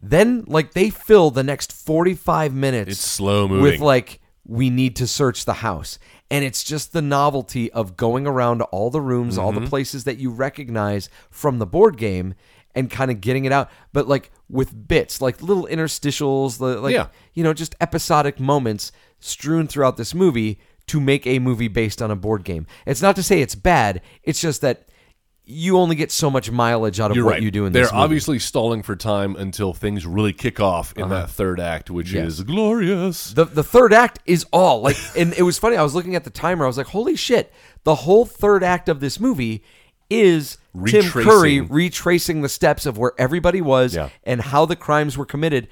[SPEAKER 3] then like they fill the next forty five minutes.
[SPEAKER 4] It's slow
[SPEAKER 3] with
[SPEAKER 4] moving.
[SPEAKER 3] like we need to search the house, and it's just the novelty of going around all the rooms, all
[SPEAKER 4] Mm-hmm.
[SPEAKER 3] the places that you recognize from the board game. And kind of getting it out, but like with bits, like little interstitials, the- like
[SPEAKER 4] Yeah.
[SPEAKER 3] you know, just episodic moments strewn throughout this movie to make a movie based on a board game. It's not to say it's bad. It's just that you only get so much mileage out of
[SPEAKER 4] You're
[SPEAKER 3] what
[SPEAKER 4] right.
[SPEAKER 3] you do in
[SPEAKER 4] They're
[SPEAKER 3] this movie.
[SPEAKER 4] obviously stalling for time until things really kick off in that third act, which
[SPEAKER 3] Yeah.
[SPEAKER 4] is glorious.
[SPEAKER 3] Uh-huh. the the third act is all like, and it was funny. I was looking at the timer. I was like, "Holy shit!" The whole third act of this movie is Tim
[SPEAKER 4] Retracing.
[SPEAKER 3] Curry retracing the steps of where everybody was
[SPEAKER 4] Yeah.
[SPEAKER 3] and how the crimes were committed.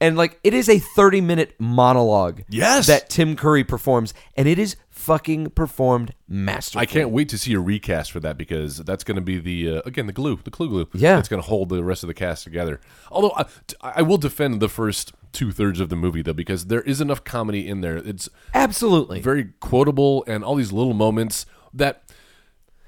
[SPEAKER 3] And like it is a 30 minute monologue
[SPEAKER 4] Yes.
[SPEAKER 3] that Tim Curry performs and it is fucking performed masterfully.
[SPEAKER 4] I can't wait to see a recast for that because that's going to be the uh, again the glue, the clue glue.
[SPEAKER 3] Yeah.
[SPEAKER 4] that's going to hold the rest of the cast together. Although I, I will defend the first two thirds of the movie though because there is enough comedy in there. It's
[SPEAKER 3] Absolutely.
[SPEAKER 4] very quotable and all these little moments that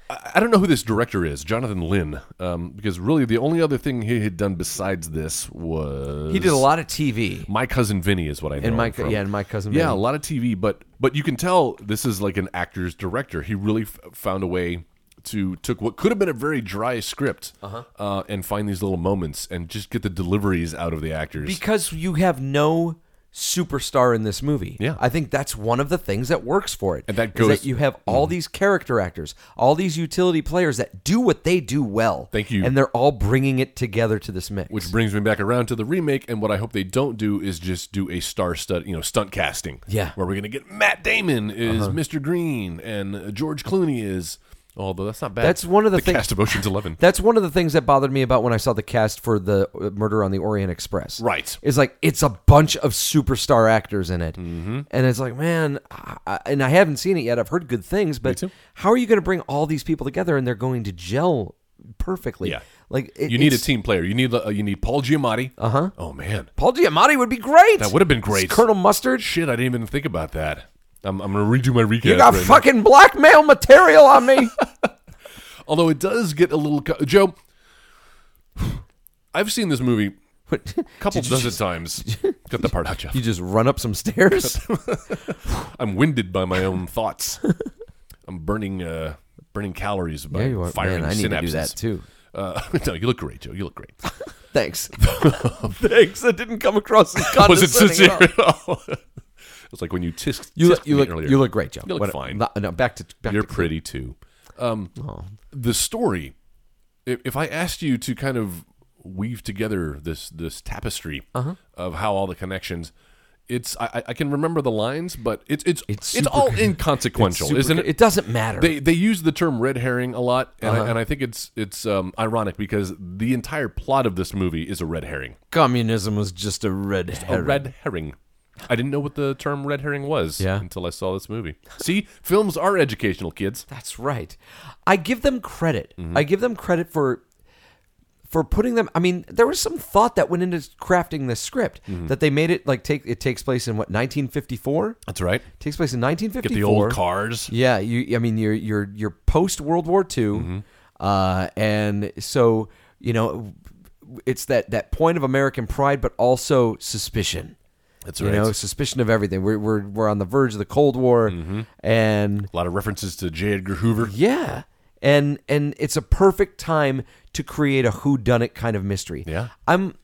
[SPEAKER 4] I, I don't know who this director is, Jonathan Lynn, um, because really the only other thing he had done besides this was
[SPEAKER 3] he did a lot of TV.
[SPEAKER 4] My cousin Vinny is what I know.
[SPEAKER 3] And my
[SPEAKER 4] him
[SPEAKER 3] co-
[SPEAKER 4] from.
[SPEAKER 3] yeah, and my cousin
[SPEAKER 4] Yeah,
[SPEAKER 3] Vinny.
[SPEAKER 4] a lot of TV, but but you can tell this is like an actor's director. He really f- found a way to took what could have been a very dry script uh and find these little moments and just get the deliveries out of the actors.
[SPEAKER 3] Because you have no superstar in this movie.
[SPEAKER 4] Yeah.
[SPEAKER 3] I think that's one of the things that works for it.
[SPEAKER 4] And that
[SPEAKER 3] is
[SPEAKER 4] goes- Mm-hmm.
[SPEAKER 3] you have all these character actors, all these utility players that do what they do well.
[SPEAKER 4] Thank you.
[SPEAKER 3] And they're all bringing it together to this mix.
[SPEAKER 4] Which brings me back around to the remake, and what I hope they don't do is just do a star stud, you know, stunt casting.
[SPEAKER 3] Yeah.
[SPEAKER 4] where we're gonna get Matt Damon is Mr. Green, and uh, George Clooney is. Although that's not bad.
[SPEAKER 3] That's one of the
[SPEAKER 4] the
[SPEAKER 3] thing-
[SPEAKER 4] cast of Ocean's Eleven.
[SPEAKER 3] That's one of the things that bothered me about when I saw the cast for the uh, Murder on the Orient Express.
[SPEAKER 4] Right.
[SPEAKER 3] It's like it's a bunch of superstar actors in it, mm-hmm. and it's like, man, I, I- and I haven't seen it yet. I've heard good things, but
[SPEAKER 4] too.
[SPEAKER 3] how are you going to bring all these people together and they're going to gel perfectly?
[SPEAKER 4] Yeah.
[SPEAKER 3] Like it-
[SPEAKER 4] you need a
[SPEAKER 3] it's-
[SPEAKER 4] team player. You need uh, you need Paul Giamatti. Uh huh. Oh man,
[SPEAKER 3] Paul Giamatti would be great.
[SPEAKER 4] That would have been great.
[SPEAKER 3] Colonel Mustard.
[SPEAKER 4] shit! I didn't even think about that. I'm, I'm gonna redo my recap.
[SPEAKER 3] You got
[SPEAKER 4] right now.
[SPEAKER 3] fucking blackmail material on me.
[SPEAKER 4] Although it does get a little co- Joe. I've seen this movie a couple dozen times. Cut the part out, Jeff.
[SPEAKER 3] you just run up some stairs.
[SPEAKER 4] I'm winded by my own thoughts. I'm burning uh, burning calories by
[SPEAKER 3] yeah, you are.
[SPEAKER 4] firing
[SPEAKER 3] Man, I
[SPEAKER 4] synapses.
[SPEAKER 3] need to do that too.
[SPEAKER 4] Uh, no, you look great, Joe. You look great.
[SPEAKER 3] Thanks. Thanks. That didn't come across as
[SPEAKER 4] Was it
[SPEAKER 3] condescending
[SPEAKER 4] sincere
[SPEAKER 3] at all.
[SPEAKER 4] at all? it's like when you tisk.
[SPEAKER 3] You look,
[SPEAKER 4] tisked
[SPEAKER 3] you
[SPEAKER 4] me
[SPEAKER 3] look,
[SPEAKER 4] earlier.
[SPEAKER 3] you look great, Joe.
[SPEAKER 4] You look
[SPEAKER 3] What-
[SPEAKER 4] fine.
[SPEAKER 3] No, no, back to back
[SPEAKER 4] You're
[SPEAKER 3] to-
[SPEAKER 4] pretty too.
[SPEAKER 3] Oh.
[SPEAKER 4] Um, the story. If, if I asked you to kind of weave together this this tapestry
[SPEAKER 3] Uh-huh.
[SPEAKER 4] of how all the connections, it's I, I- I can remember the lines, but it's it's it's,
[SPEAKER 3] super
[SPEAKER 4] all inconsequential,
[SPEAKER 3] super-
[SPEAKER 4] isn't it?
[SPEAKER 3] It doesn't matter. Uh-huh.
[SPEAKER 4] They they use the term red herring a lot, and, I, and I think it's it's um, ironic because the entire plot of this movie is a red herring.
[SPEAKER 3] Communism was just a red herring.
[SPEAKER 4] A red herring. I didn't know what the term red herring was
[SPEAKER 3] Yeah.
[SPEAKER 4] until I saw this movie. See, films are educational, kids.
[SPEAKER 3] That's right. I give them credit.
[SPEAKER 4] Mm-hmm.
[SPEAKER 3] I give them credit for for putting them. I mean, there was some thought that went into crafting this script
[SPEAKER 4] Mm-hmm.
[SPEAKER 3] that they made it like take. It takes place in what 1954.
[SPEAKER 4] That's right.
[SPEAKER 3] takes place in
[SPEAKER 4] Get
[SPEAKER 3] 1954.
[SPEAKER 4] the old cars.
[SPEAKER 3] Yeah, you. I mean, you're you're you're post World War II,
[SPEAKER 4] Mm-hmm.
[SPEAKER 3] uh, and so you know, it's that that point of American pride, but also suspicion.
[SPEAKER 4] That's
[SPEAKER 3] You
[SPEAKER 4] right.
[SPEAKER 3] know, suspicion of everything. We're we're we're on the verge of the Cold War,
[SPEAKER 4] Mm-hmm.
[SPEAKER 3] and
[SPEAKER 4] a lot of references to J. Edgar Hoover.
[SPEAKER 3] yeah, and and it's a perfect time to create a who done it kind of mystery.
[SPEAKER 4] Yeah.
[SPEAKER 3] I'm.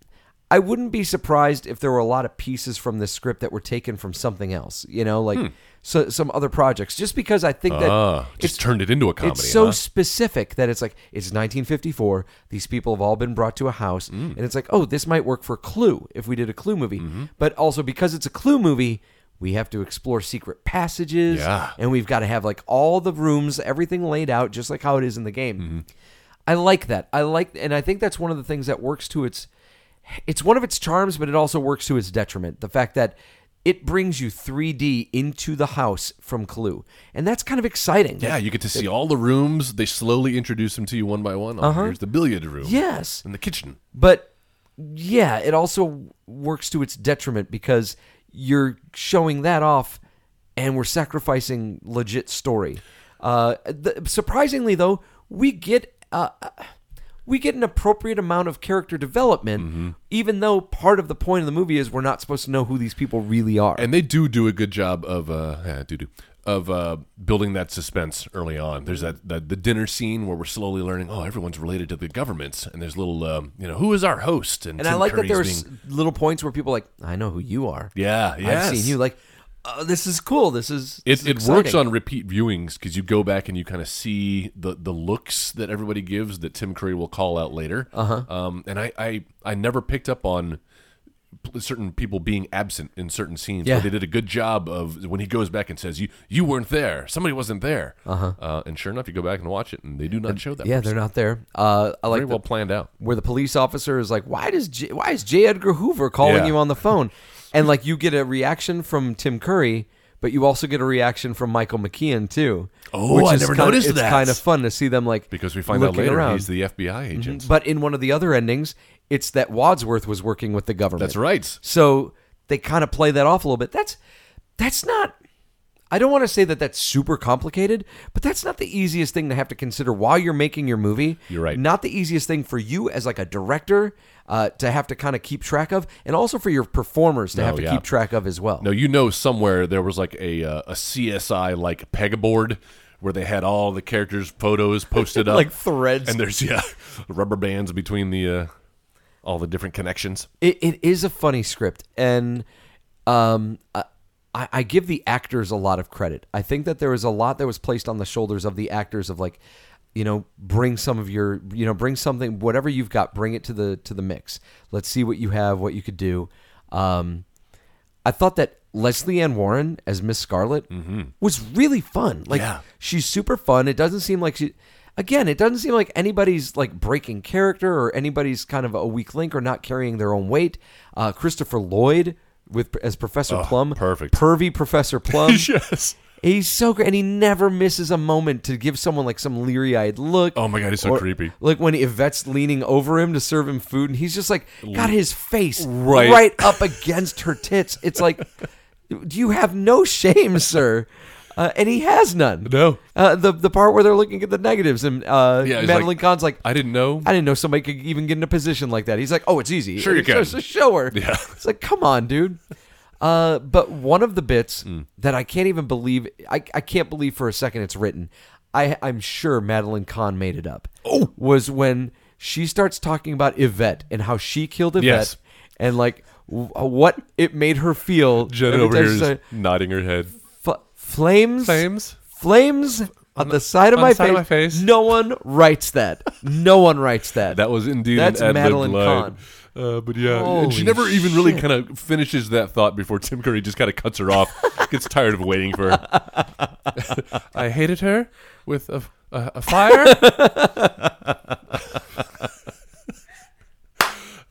[SPEAKER 3] I wouldn't be surprised if there were a lot of pieces from this script that were taken from something else, you know, like so, some other projects. Just because I think that
[SPEAKER 4] Hmm. Ah,
[SPEAKER 3] it's
[SPEAKER 4] just turned it into a comedy.
[SPEAKER 3] it's so
[SPEAKER 4] huh?
[SPEAKER 3] specific that it's like it's 1954. These people have all been brought to a house,
[SPEAKER 4] Mm.
[SPEAKER 3] and it's like, oh, this might work for Clue if we did a Clue movie.
[SPEAKER 4] Mm-hmm.
[SPEAKER 3] But also because it's a Clue movie, we have to explore secret passages,
[SPEAKER 4] Yeah.
[SPEAKER 3] and we've got to have like all the rooms, everything laid out, just like how it is in the game.
[SPEAKER 4] Mm-hmm.
[SPEAKER 3] I like that. I like, and I think that's one of the things that works to its. It's one of its charms, but it also works to its detriment. The fact that it brings you 3D into the house from Clue, and that's kind of exciting.
[SPEAKER 4] yeah, you get to see all the rooms. They slowly introduce them to you one by one. Oh,
[SPEAKER 3] Uh-huh.
[SPEAKER 4] here's the billiard room.
[SPEAKER 3] Yes.
[SPEAKER 4] And the kitchen.
[SPEAKER 3] But yeah, it also works to its detriment because you're showing that off and we're sacrificing legit story. Uh, the, surprisingly, though, we get. Uh, we get an appropriate amount of character development,
[SPEAKER 4] Mm-hmm.
[SPEAKER 3] even though part of the point of the movie is we're not supposed to know who these people really are.
[SPEAKER 4] and they do do a good job of uh do do of uh building that suspense early on there's that, that the dinner scene where we're slowly learning oh everyone's related to the governments and there's little um, you know who is our host and,
[SPEAKER 3] and I
[SPEAKER 4] Tim
[SPEAKER 3] like that
[SPEAKER 4] Curry's
[SPEAKER 3] there's
[SPEAKER 4] being-
[SPEAKER 3] little points where people are like, I know who you are.
[SPEAKER 4] yeah yes.
[SPEAKER 3] I've seen you. Like, oh, this is cool. This is this
[SPEAKER 4] it,
[SPEAKER 3] is
[SPEAKER 4] it works
[SPEAKER 3] exciting."
[SPEAKER 4] on repeat viewings because you go back and you kind of see the, the looks that everybody gives that Tim Curry will call out later. Uh-huh. Um, and I, I, I never picked up on pl- certain people being absent in certain scenes.
[SPEAKER 3] Yeah.
[SPEAKER 4] But they did a good job of when he goes back and says, "You you weren't there. Somebody wasn't there." Uh-huh. and sure enough, you go back and watch it, and they do not show that.
[SPEAKER 3] Yeah,
[SPEAKER 4] person.
[SPEAKER 3] they're not there. Uh, I like
[SPEAKER 4] very
[SPEAKER 3] the-
[SPEAKER 4] well planned out.
[SPEAKER 3] where the police officer is like, "Why does J- why is J. Edgar Hoover calling
[SPEAKER 4] Yeah.
[SPEAKER 3] you on the phone?" And like you get a reaction from Tim Curry, but you also get a reaction from Michael McKean too.
[SPEAKER 4] Oh, I never
[SPEAKER 3] kinda,
[SPEAKER 4] noticed
[SPEAKER 3] it's
[SPEAKER 4] that.
[SPEAKER 3] kind of fun to see them like
[SPEAKER 4] Because we find out
[SPEAKER 3] looking
[SPEAKER 4] later
[SPEAKER 3] around. Mm-hmm.
[SPEAKER 4] he's the FBI agent.
[SPEAKER 3] but in one of the other endings, it's that Wadsworth was working with the government.
[SPEAKER 4] That's right.
[SPEAKER 3] So they kind of play that off a little bit. That's that's not. I don't want to say that that's super complicated, but that's not the easiest thing to have to consider while you're making your movie.
[SPEAKER 4] You're right.
[SPEAKER 3] Not the easiest thing for you as like a director uh, to have to kind of keep track of, and also for your performers to have to
[SPEAKER 4] Oh, yeah.
[SPEAKER 3] keep track of as well.
[SPEAKER 4] No, you know somewhere there was like a uh, a CSI like pegboard where they had all the characters' photos posted up,
[SPEAKER 3] Like threads.
[SPEAKER 4] and there's yeah, rubber bands between the uh, all the different connections.
[SPEAKER 3] it, it is a funny script and um, I, I I give the actors a lot of credit. I think that there was a lot that was placed on the shoulders of the actors of like, you know, bring some of your, you know, bring something, whatever you've got, bring it to the to the mix. Let's see what you have, what you could do. Um, I thought that Leslie Ann Warren as Miss Scarlet was really fun. Like
[SPEAKER 4] Mm-hmm. Yeah.
[SPEAKER 3] she's super fun. It doesn't seem like she again, it doesn't seem like anybody's like breaking character or anybody's kind of a weak link or not carrying their own weight. Uh, Christopher Lloyd with as Professor Plum.
[SPEAKER 4] perfect.
[SPEAKER 3] Pervy Professor Plum.
[SPEAKER 4] yes.
[SPEAKER 3] He's so great and he never misses a moment to give someone like some leery-eyed look.
[SPEAKER 4] Oh my God, he's so creepy.
[SPEAKER 3] Like when Yvette's leaning over him to serve him food, and he's just like got his face
[SPEAKER 4] Right.
[SPEAKER 3] up against her tits. It's like, do you have no shame, sir? Uh, and he has none.
[SPEAKER 4] No.
[SPEAKER 3] Uh, the the part where they're looking at the negatives and uh,
[SPEAKER 4] Yeah, he's
[SPEAKER 3] Madeline
[SPEAKER 4] like,
[SPEAKER 3] Kahn's like,
[SPEAKER 4] I didn't know.
[SPEAKER 3] I didn't know somebody could even get in a position like that. He's like, oh, it's easy.
[SPEAKER 4] Sure you
[SPEAKER 3] It's just
[SPEAKER 4] can.
[SPEAKER 3] a shower.
[SPEAKER 4] Yeah.
[SPEAKER 3] It's like, come on, dude. Uh, but one of the bits
[SPEAKER 4] Hmm.
[SPEAKER 3] that I can't even believe, I, I can't believe for a second it's written. I, I'm sure Madeline Kahn made it up. Oh. Was when she starts talking about Yvette and how she killed Yvette
[SPEAKER 4] Yes.
[SPEAKER 3] and like w- uh, what it made her feel.
[SPEAKER 4] Jen
[SPEAKER 3] every
[SPEAKER 4] over
[SPEAKER 3] time
[SPEAKER 4] here
[SPEAKER 3] she
[SPEAKER 4] is
[SPEAKER 3] said,
[SPEAKER 4] nodding her head.
[SPEAKER 3] F- flames,
[SPEAKER 4] Flames?
[SPEAKER 3] flames on the side of,
[SPEAKER 4] on
[SPEAKER 3] my,
[SPEAKER 4] the side
[SPEAKER 3] face.
[SPEAKER 4] of my face.
[SPEAKER 3] No one writes that. No one writes that.
[SPEAKER 4] That was indeed
[SPEAKER 3] That's
[SPEAKER 4] an ad-lib
[SPEAKER 3] Madeline
[SPEAKER 4] line.
[SPEAKER 3] Kahn.
[SPEAKER 4] Uh, but yeah, and
[SPEAKER 3] Holy
[SPEAKER 4] she never even really
[SPEAKER 3] shit.
[SPEAKER 4] kind of finishes that thought before Tim Curry just kind of cuts her off. gets tired of waiting for her. I hated her with a, a, a fire.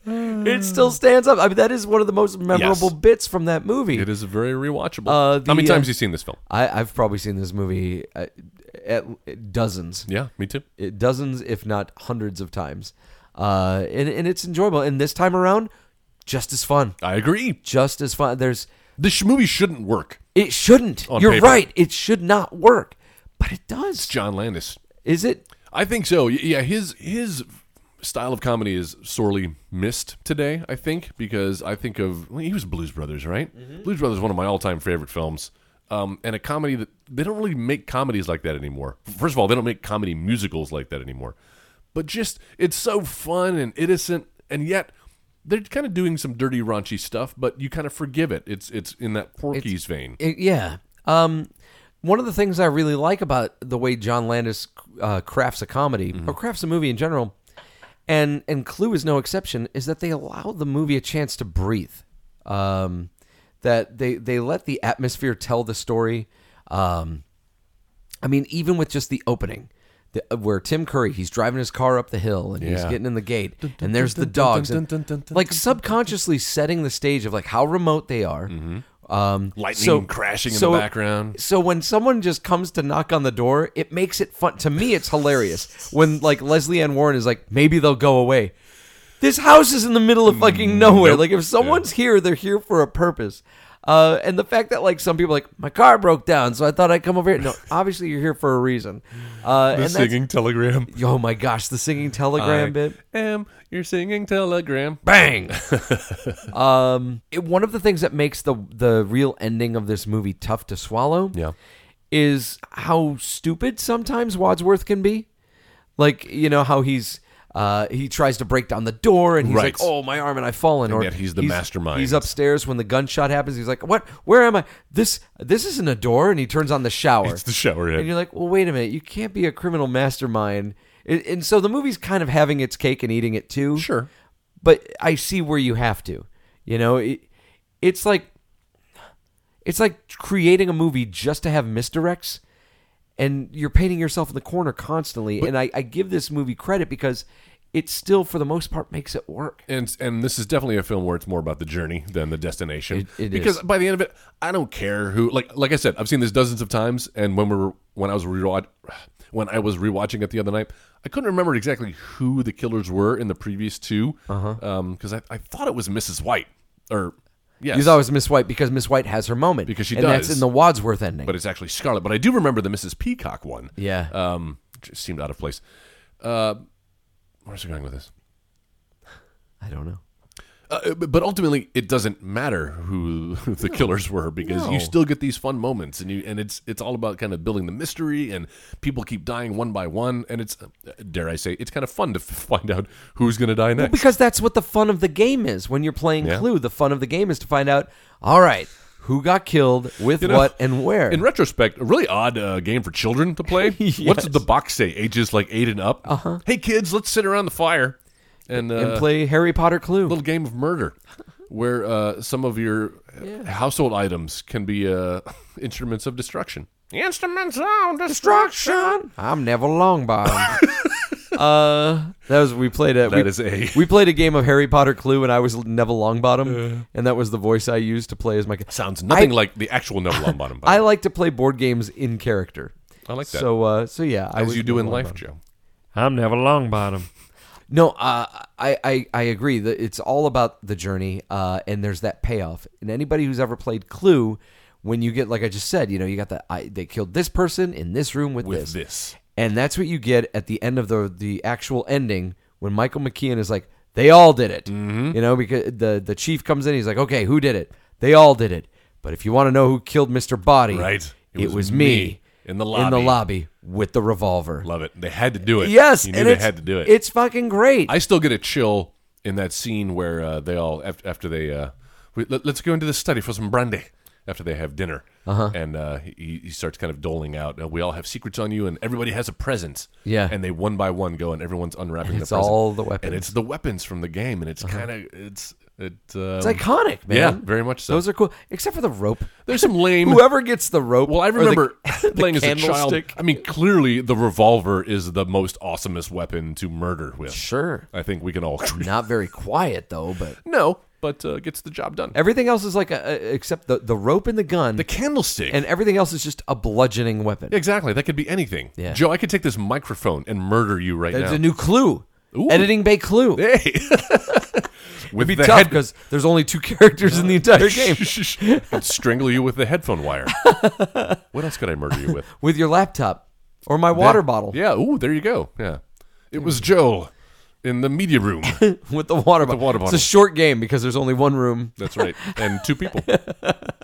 [SPEAKER 3] It still stands up. I mean, that is one of the most memorable
[SPEAKER 4] Yes.
[SPEAKER 3] bits from that movie.
[SPEAKER 4] it is very rewatchable.
[SPEAKER 3] Uh, the,
[SPEAKER 4] How many
[SPEAKER 3] uh,
[SPEAKER 4] times have you seen this film?
[SPEAKER 3] I, I've probably seen this movie at, at dozens,
[SPEAKER 4] Yeah, me too.
[SPEAKER 3] It- dozens, if not hundreds of times, uh, and and it's enjoyable. And this time around, just as fun,
[SPEAKER 4] I agree.
[SPEAKER 3] just as fun. There's
[SPEAKER 4] This sh- movie shouldn't work.
[SPEAKER 3] it shouldn't.
[SPEAKER 4] On
[SPEAKER 3] You're
[SPEAKER 4] paper.
[SPEAKER 3] right. It should not work, but it does.
[SPEAKER 4] John Landis.
[SPEAKER 3] Is it?
[SPEAKER 4] I think so. Y- Yeah, his his style of comedy is sorely missed today. I think because I think of well, he was Blues Brothers, right? Blues Brothers is one of my all time favorite films. Um, and a comedy that they don't really make comedies like that anymore. First of all, they don't make comedy musicals like that anymore. But just it's so fun and innocent, and yet they're kind of doing some dirty, raunchy stuff. But you kind of forgive it. It's it's in that Porky's vein.
[SPEAKER 3] It- yeah. Um, one of the things I really like about the way John Landis uh, crafts a comedy
[SPEAKER 4] Mm-hmm.
[SPEAKER 3] or crafts a movie in general, and and Clue is no exception, is that they allow the movie a chance to breathe. Um, that they they let the atmosphere tell the story. Um, I mean, even with just the opening, the, uh, where Tim Curry he's driving his car up the hill and he's
[SPEAKER 4] Yeah.
[SPEAKER 3] getting in the gate, and there's the dogs, and,
[SPEAKER 4] dun, dun, dun,
[SPEAKER 3] like subconsciously setting the stage of like how remote they are.
[SPEAKER 4] Mm-hmm.
[SPEAKER 3] Um,
[SPEAKER 4] Lightning crashing in the background.
[SPEAKER 3] So when someone just comes to knock on the door, it makes it fun. To me, it's hilarious when like Leslie Ann Warren is like, maybe they'll go away. This house is in the middle of fucking nowhere.
[SPEAKER 4] Mm, nope.
[SPEAKER 3] Like if someone's here, they're here for a purpose. Uh, and the fact that like some people are like my car broke down, so I thought I'd come over here. No, obviously you're here for a reason. Uh, and that's-
[SPEAKER 4] telegram.
[SPEAKER 3] Oh my gosh, the singing telegram bit.
[SPEAKER 4] am your singing telegram.
[SPEAKER 3] bang. um, it- one of the things that makes the the real ending of this movie tough to swallow,
[SPEAKER 4] Yeah.
[SPEAKER 3] is how stupid sometimes Wadsworth can be. Like you know how he's. Uh, he tries to break down the door, and he's
[SPEAKER 4] Right.
[SPEAKER 3] like, "Oh, my arm!" and I've fallen. or
[SPEAKER 4] yet he's the mastermind.
[SPEAKER 3] He's upstairs when the gunshot happens. He's like, "What? Where am I? This this isn't a door." And he turns on the shower.
[SPEAKER 4] It's the shower
[SPEAKER 3] And you're like, well, wait a minute. You can't be a criminal mastermind. And- And so the movie's kind of having its cake and eating it too.
[SPEAKER 4] Sure.
[SPEAKER 3] But I see where you have to. You know, it, it's like it's like creating a movie just to have misdirects and you're painting yourself in the corner constantly. and I, I give this movie credit because it still, for the most part, makes it work.
[SPEAKER 4] And and this is definitely a film where it's more about the journey than the destination.
[SPEAKER 3] It- it
[SPEAKER 4] because
[SPEAKER 3] is.
[SPEAKER 4] by the end of it, I don't care who. Like like I said, I've seen this dozens of times. And when we were when I was rewatch when I was rewatching it the other night, I couldn't remember exactly who the killers were in the previous two.
[SPEAKER 3] Uh-huh.
[SPEAKER 4] Because I, I thought it was Mrs. White or yes,
[SPEAKER 3] You thought it was Miss White because Miss White has her moment.
[SPEAKER 4] Because she
[SPEAKER 3] and that's
[SPEAKER 4] does.
[SPEAKER 3] in the Wadsworth ending.
[SPEAKER 4] but it's actually Scarlet. But I do remember the Mrs. Peacock one.
[SPEAKER 3] yeah.
[SPEAKER 4] um, just seemed out of place. Uh, where's it going with this?
[SPEAKER 3] I don't know.
[SPEAKER 4] Uh, but but ultimately, it doesn't matter who the killers were because
[SPEAKER 3] No.
[SPEAKER 4] you still get these fun moments, and you and it's it's all about kind of building the mystery, and people keep dying one by one, and it's uh, dare I say, it's kind of fun to f- find out who's going to die next.
[SPEAKER 3] Because that's what the fun of the game is. When you're playing
[SPEAKER 4] Yeah.
[SPEAKER 3] Clue, the fun of the game is to find out, all right, who got killed, with
[SPEAKER 4] You know,
[SPEAKER 3] what, and where.
[SPEAKER 4] In retrospect, a really odd uh, game for children to play. What's the box say? Ages like eight and up. Uh-huh. Hey kids, let's sit around the fire and, uh,
[SPEAKER 3] and play Harry Potter Clue.
[SPEAKER 4] little game of murder where uh, some of your household items can be uh, instruments of destruction. Instruments of destruction.
[SPEAKER 3] I'm Neville Longbottom. uh, that was we played a
[SPEAKER 4] That
[SPEAKER 3] we,
[SPEAKER 4] is a-
[SPEAKER 3] we played a game of Harry Potter Clue, and I was Neville Longbottom, and that was the voice I used to play as my.
[SPEAKER 4] Sounds nothing
[SPEAKER 3] I-
[SPEAKER 4] like the actual Neville Longbottom.
[SPEAKER 3] I
[SPEAKER 4] Bottom.
[SPEAKER 3] like to play board games in character.
[SPEAKER 4] I like that.
[SPEAKER 3] So, uh, so yeah, I
[SPEAKER 4] as
[SPEAKER 3] was
[SPEAKER 4] you do in
[SPEAKER 3] Neville
[SPEAKER 4] life,
[SPEAKER 3] Longbottom.
[SPEAKER 4] Joe.
[SPEAKER 5] I'm Neville Longbottom.
[SPEAKER 3] No, uh, I, I I agree that it's all about the journey, uh, and there's that payoff. And anybody who's ever played Clue, when you get like I just said, you know, you got the I, they killed this person in this room with,
[SPEAKER 4] With
[SPEAKER 3] this,
[SPEAKER 4] this.
[SPEAKER 3] and that's what you get at the end of the the actual ending when Michael McKean is like, they all did it,
[SPEAKER 4] Mm-hmm.
[SPEAKER 3] you know, because the the chief comes in, he's like, okay, who did it? They all did it. But if you want to know who killed Mr. Body,
[SPEAKER 4] Right.
[SPEAKER 3] It, was, me
[SPEAKER 4] in the
[SPEAKER 3] in the
[SPEAKER 4] lobby.
[SPEAKER 3] lobby with the revolver.
[SPEAKER 4] Love it. They had to do it.
[SPEAKER 3] Yes,
[SPEAKER 4] you knew
[SPEAKER 3] and
[SPEAKER 4] they
[SPEAKER 3] it's-
[SPEAKER 4] had to do it.
[SPEAKER 3] It's fucking great.
[SPEAKER 4] I still get a chill in that scene where uh, they all after, after they uh, we, let, us go into the study for some brandy after they have dinner, uh-huh. and uh, he, he starts kind of doling out. "Uh, We all have secrets on you, and everybody has a present.
[SPEAKER 3] Yeah.
[SPEAKER 4] and they one by one go, and everyone's unwrapping
[SPEAKER 3] And it's
[SPEAKER 4] the present.
[SPEAKER 3] all the weapons. Uh-huh.
[SPEAKER 4] and it's the weapons from the game, and it's kind of it's it, um,
[SPEAKER 3] It's iconic, man.
[SPEAKER 4] Yeah, very much so.
[SPEAKER 3] Those are cool, except for the rope.
[SPEAKER 4] There's some lame.
[SPEAKER 3] Whoever gets the rope.
[SPEAKER 4] Well, I
[SPEAKER 3] or the-
[SPEAKER 4] remember playing as a child.
[SPEAKER 3] candlestick.
[SPEAKER 4] I mean, clearly the revolver is the most awesomest weapon to murder with.
[SPEAKER 3] Sure.
[SPEAKER 4] I think we can all agree.
[SPEAKER 3] Not very quiet though, but
[SPEAKER 4] No, but uh, gets the job done.
[SPEAKER 3] everything else is like a, a- except the the rope and the gun,
[SPEAKER 4] the candlestick.
[SPEAKER 3] and everything else is just a bludgeoning weapon.
[SPEAKER 4] exactly, that could be anything.
[SPEAKER 3] Yeah.
[SPEAKER 4] Joe, I could take this microphone and murder you right
[SPEAKER 3] There's
[SPEAKER 4] now.
[SPEAKER 3] a new clue. Editing bay clue.
[SPEAKER 4] hey, with the
[SPEAKER 3] Tough 'cause
[SPEAKER 4] head-
[SPEAKER 3] because there's only two characters in the entire game.
[SPEAKER 4] I'd strangle you with the headphone wire. what else could I murder you with?
[SPEAKER 3] With your laptop or my water bottle.
[SPEAKER 4] Yeah. Ooh, there you go. Yeah, it was Joe in the media room.
[SPEAKER 3] With the water bottle.
[SPEAKER 4] water bottle.
[SPEAKER 3] It's a short game because there's only one room.
[SPEAKER 4] That's right, and two people.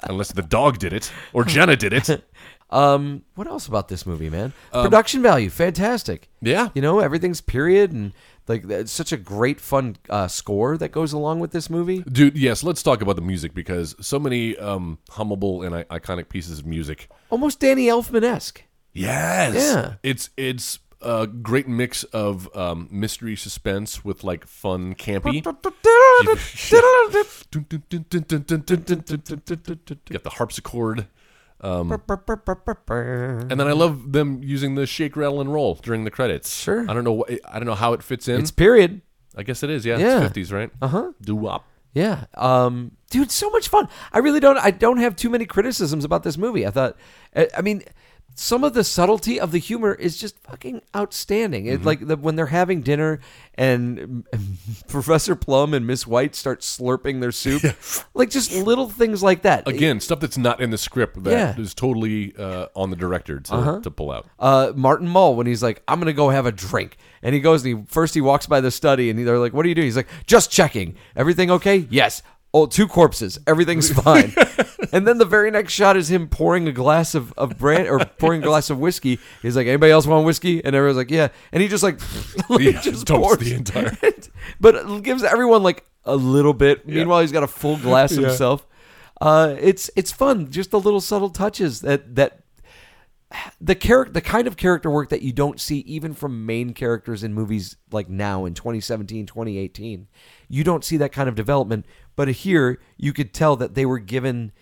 [SPEAKER 4] Unless the dog did it or Jenna did it.
[SPEAKER 3] Um, what else about this movie, man? Production value, fantastic.
[SPEAKER 4] Yeah.
[SPEAKER 3] you know everything's period and like it's such a great fun uh, score that goes along with this movie.
[SPEAKER 4] Dude, yes, let's talk about the music because so many um, hummable and I- iconic pieces of music
[SPEAKER 3] Almost Danny Elfman esque.
[SPEAKER 4] Yes.
[SPEAKER 3] Yeah.
[SPEAKER 4] It's it's a great mix of um, mystery suspense with like fun campy. Got the harpsichord.
[SPEAKER 3] It's
[SPEAKER 4] And then I love them using the shake, rattle, and roll during the credits.
[SPEAKER 3] Sure.
[SPEAKER 4] I don't know. What, I don't know how it fits in.
[SPEAKER 3] period.
[SPEAKER 4] I guess it is. Yeah.
[SPEAKER 3] Yeah. Uh-huh.
[SPEAKER 4] It's fifties, right? Uh huh. Doo wop.
[SPEAKER 3] Yeah, um, dude, so much fun. I really don't. I don't have too many criticisms about this movie. I thought, I, I mean, some of the subtlety of the humor is just fucking outstanding. It like the, when they're having dinner and Professor Plum and Miss White start slurping their soup, like just little things like that.
[SPEAKER 4] Again, stuff that's not in the script that is
[SPEAKER 3] Yeah.
[SPEAKER 4] totally uh, on the director to, to pull out.
[SPEAKER 3] uh, Martin Mull when he's like, I'm gonna go have a drink, and he goes and he first he walks by the study and they're like, What are you doing? He's like, Just checking. Everything okay? Yes. Oh, two corpses. Everything's fine. and then the very next shot is him pouring a glass of, of brand or pouring a glass of whiskey. He's like, anybody else want whiskey? And everyone's like, yeah. And he just like, like,
[SPEAKER 4] Yeah, dumps
[SPEAKER 3] pours.
[SPEAKER 4] the entire-
[SPEAKER 3] but gives everyone like a little bit. Meanwhile, he's got a full glass himself. Uh, it's it's fun. Just the little subtle touches that that the character, the kind of character work that you don't see even from main characters in movies like now in 2017, 2018. You don't see that kind of development, but here you could tell that they were given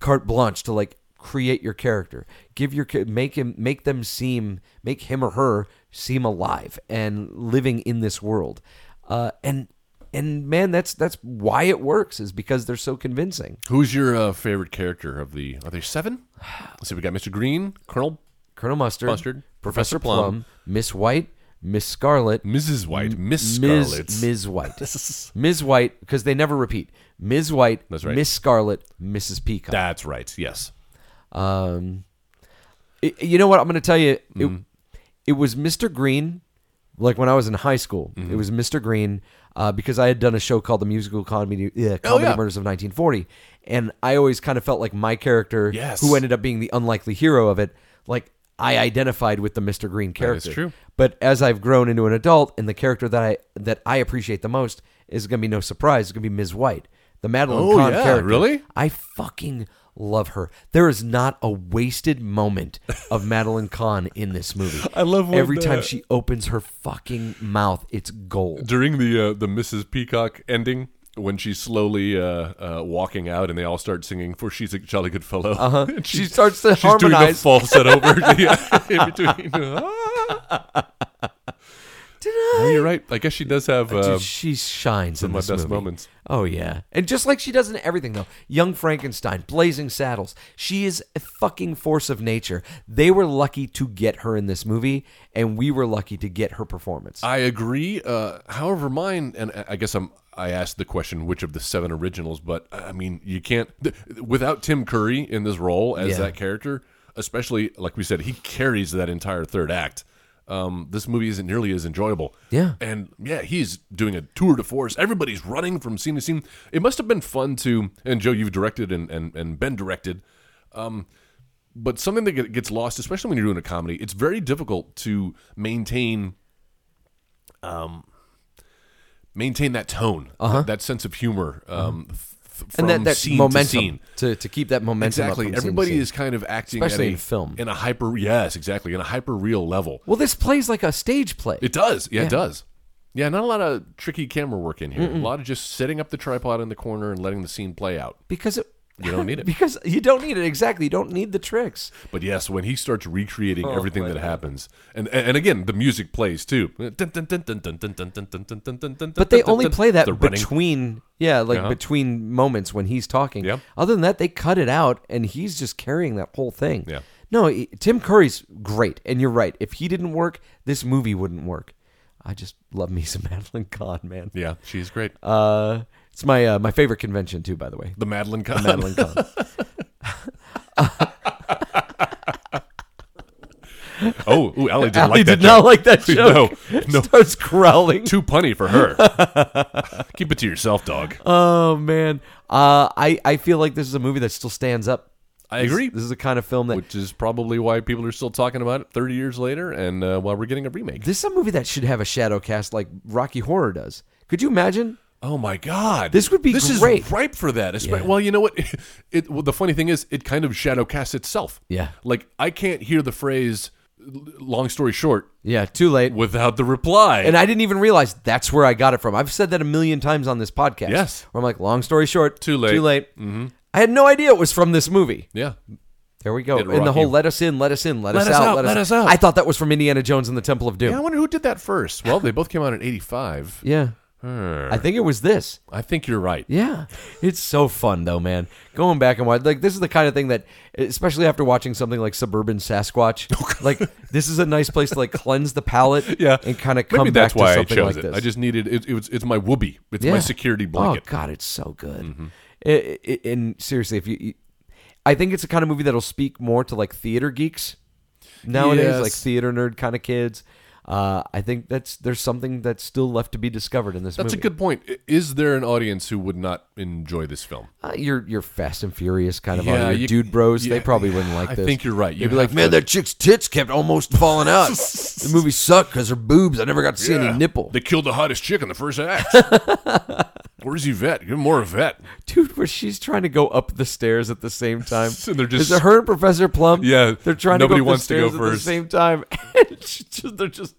[SPEAKER 3] carte blanche to like create your character, give your cha- make him make them seem make him or her seem alive and living in this world. Uh, and and man, that's that's why it works is because they're so convincing.
[SPEAKER 4] Who's your uh, favorite character of the? Are there seven? Let's see. We got Mr. Green, Colonel
[SPEAKER 3] Colonel Mustard,
[SPEAKER 4] Mustard,
[SPEAKER 3] Professor
[SPEAKER 4] Professor
[SPEAKER 3] Plum,
[SPEAKER 4] Plum,
[SPEAKER 3] Miss White, Miss Scarlet,
[SPEAKER 4] Mrs. White, Miss Scarlet.
[SPEAKER 3] Ms. Ms. White. Ms. White, because they never repeat. Ms. White,
[SPEAKER 4] That's right.
[SPEAKER 3] Miss Scarlet, Mrs. Peacock.
[SPEAKER 4] That's right. Yes. Mm-hmm.
[SPEAKER 3] Um, i- you know what? I'm going to tell you. It, it was Mr. Green like when I was in high school.
[SPEAKER 4] Mm-hmm.
[SPEAKER 3] It was Mr. Green uh, because I had done a show called The Musical Comedy, uh, Comedy
[SPEAKER 4] Oh, yeah.
[SPEAKER 3] Murders of 1940, and I always kind of felt like my character,
[SPEAKER 4] Yes.
[SPEAKER 3] who ended up being the unlikely hero of it, like I identified with the Mr. Green character.
[SPEAKER 4] true.
[SPEAKER 3] But as I've grown into an adult, and the character that I that I appreciate the most is going to be no surprise. It's going to be Ms. White, the Madeline
[SPEAKER 4] Oh,
[SPEAKER 3] Kahn
[SPEAKER 4] yeah,
[SPEAKER 3] character.
[SPEAKER 4] really?
[SPEAKER 3] I fucking love her. There is not a wasted moment of Madeline Kahn in this movie.
[SPEAKER 4] I love when,
[SPEAKER 3] every time
[SPEAKER 4] uh,
[SPEAKER 3] she opens her fucking mouth, it's gold.
[SPEAKER 4] during the uh, the Mrs. Peacock ending when she's slowly uh, uh, walking out and they all start singing for she's a jolly good fellow. Uh-huh.
[SPEAKER 3] She starts to
[SPEAKER 4] she's
[SPEAKER 3] harmonize.
[SPEAKER 4] doing the falsetto over in between. No, you're right. I guess she does have. Uh,
[SPEAKER 3] Dude, she shines in
[SPEAKER 4] of my
[SPEAKER 3] this
[SPEAKER 4] best
[SPEAKER 3] movie.
[SPEAKER 4] moments.
[SPEAKER 3] Oh yeah, and just like she does in everything though, Young Frankenstein, Blazing Saddles, she is a fucking force of nature. They were lucky to get her in this movie, and we were lucky to get her performance.
[SPEAKER 4] I agree. Uh, however, mine, and I- I guess I'm. I asked the question which of the seven originals, but I mean, you can't th- without Tim Curry in this role as
[SPEAKER 3] Yeah.
[SPEAKER 4] that character, especially like we said, he carries that entire third act. Um, this movie isn't nearly as enjoyable.
[SPEAKER 3] Yeah.
[SPEAKER 4] and yeah, he's doing a tour de force. Everybody's running from scene to scene. It must have been fun to. And Joe, you've directed and and and been directed but something that get- gets lost, especially when you're doing a comedy, it's very difficult to maintain, um, maintain that tone, that, that sense of humor, um, f- from
[SPEAKER 3] Uh-huh. and that, that
[SPEAKER 4] scene
[SPEAKER 3] momentum
[SPEAKER 4] to scene.
[SPEAKER 3] to to keep that momentum. up
[SPEAKER 4] Exactly.
[SPEAKER 3] from scene to
[SPEAKER 4] Everybody
[SPEAKER 3] scene.
[SPEAKER 4] is kind of acting,
[SPEAKER 3] Especially
[SPEAKER 4] at a,
[SPEAKER 3] in film.
[SPEAKER 4] in a hyper. Yes, exactly, in a hyper real level.
[SPEAKER 3] Well, this plays like a stage play.
[SPEAKER 4] It does. Yeah, it does. Yeah, not a lot of tricky camera work in here. A lot of just setting up the tripod in the corner and letting the scene play out.
[SPEAKER 3] because it,
[SPEAKER 4] You don't need it.
[SPEAKER 3] because you don't need it exactly. You don't need the tricks.
[SPEAKER 4] But yes, when he starts recreating everything that happens, and and again the music plays too. But
[SPEAKER 3] But they only play that between yeah,
[SPEAKER 4] Uh-huh.
[SPEAKER 3] like between moments when he's talking.
[SPEAKER 4] Yep.
[SPEAKER 3] Other than that, they cut it out, and he's just carrying that whole thing.
[SPEAKER 4] Yeah.
[SPEAKER 3] No, he- Tim Curry's great, and you're right. If he didn't work, this movie wouldn't work. I just love me some Madeline Kahn, man.
[SPEAKER 4] Yeah, she's great.
[SPEAKER 3] Uh, it's my uh, my favorite convention too, by the way.
[SPEAKER 4] the Madeline Kahn.
[SPEAKER 3] Madeline Kahn.
[SPEAKER 4] Oh, ooh, Allie didn't
[SPEAKER 3] Allie
[SPEAKER 4] like that.
[SPEAKER 3] did not
[SPEAKER 4] joke.
[SPEAKER 3] like that joke.
[SPEAKER 4] No, no,
[SPEAKER 3] Starts growling.
[SPEAKER 4] too punny for her. Keep it to yourself, dog.
[SPEAKER 3] Oh man, uh, I I feel like this is a movie that still stands up.
[SPEAKER 4] I
[SPEAKER 3] This-
[SPEAKER 4] agree.
[SPEAKER 3] This, is the kind of film that
[SPEAKER 4] Which is probably why people are still talking about it 30 years later, and uh, while we're getting a remake.
[SPEAKER 3] this is a movie that should have a shadow cast like Rocky Horror does. Could you imagine?
[SPEAKER 4] Oh my God!
[SPEAKER 3] This would be
[SPEAKER 4] this
[SPEAKER 3] great.
[SPEAKER 4] is ripe for that. Espe- Well, you know what? It well, the funny thing is, it kind of shadow casts itself.
[SPEAKER 3] Yeah.
[SPEAKER 4] Like I can't hear the phrase l- "long story short"
[SPEAKER 3] Yeah, too late.
[SPEAKER 4] without the reply.
[SPEAKER 3] And I didn't even realize that's where I got it from. I've said that a million times on this podcast.
[SPEAKER 4] Yes.
[SPEAKER 3] where I'm like, long story short,
[SPEAKER 4] Too late.
[SPEAKER 3] too late. Mm-hmm. I had no idea it was from this movie.
[SPEAKER 4] yeah,
[SPEAKER 3] There we go.
[SPEAKER 4] Did
[SPEAKER 3] and the whole
[SPEAKER 4] Rocky-
[SPEAKER 3] "let us in, let us in, let,
[SPEAKER 4] Let
[SPEAKER 3] us, out, let, us,
[SPEAKER 4] out.
[SPEAKER 3] I thought that was from Indiana Jones and the Temple of
[SPEAKER 4] yeah. I
[SPEAKER 3] Doom.
[SPEAKER 4] wonder who did that first. Well, they both came out in '85.
[SPEAKER 3] Yeah, I think it was this.
[SPEAKER 4] I think you're right.
[SPEAKER 3] Yeah, it's so fun though, man. Going back and watch like this is the kind of thing that, especially after watching something like Suburban Sasquatch, like this is a nice place to like cleanse the palate, and kind of come
[SPEAKER 4] Maybe
[SPEAKER 3] back
[SPEAKER 4] that's why
[SPEAKER 3] to something
[SPEAKER 4] I chose
[SPEAKER 3] like
[SPEAKER 4] it.
[SPEAKER 3] this.
[SPEAKER 4] I just needed it, it was it's my whoopee. It's my
[SPEAKER 3] Yeah.
[SPEAKER 4] security blanket. Mm-hmm.
[SPEAKER 3] Oh god, it's so good. It- it- and seriously, if you, you- I think it's the kind of movie that'll speak more to like theater geeks nowadays,
[SPEAKER 4] Yes.
[SPEAKER 3] like theater nerd kind of kids. Uh, I think that's there's something that's still left to be discovered in this
[SPEAKER 4] That's
[SPEAKER 3] movie.
[SPEAKER 4] a good point. I- Is there an audience who would not enjoy this film?
[SPEAKER 3] uh, your your Fast and Furious kind of
[SPEAKER 4] Yeah,
[SPEAKER 3] audience.
[SPEAKER 4] you-
[SPEAKER 3] dude bros.
[SPEAKER 4] yeah,
[SPEAKER 3] they probably wouldn't like
[SPEAKER 4] I
[SPEAKER 3] this.
[SPEAKER 4] think you're right. You
[SPEAKER 3] You'd be like,
[SPEAKER 4] have
[SPEAKER 3] man,
[SPEAKER 4] to-
[SPEAKER 3] that chick's tits kept almost falling out. the movie sucked because her boobs. I never got to see
[SPEAKER 4] Yeah.
[SPEAKER 3] any nipple.
[SPEAKER 4] They killed the hottest chick in the first act. Where's Yvette? Give him more Yvette.
[SPEAKER 3] Dude, where she's trying to go up the stairs at the same time.
[SPEAKER 4] And they're just-
[SPEAKER 3] Is it her and Professor Plum?
[SPEAKER 4] Yeah,
[SPEAKER 3] They're trying to go
[SPEAKER 4] nobody
[SPEAKER 3] up
[SPEAKER 4] wants
[SPEAKER 3] the
[SPEAKER 4] to go
[SPEAKER 3] stairs at
[SPEAKER 4] first.
[SPEAKER 3] the same time. And she just- they're just.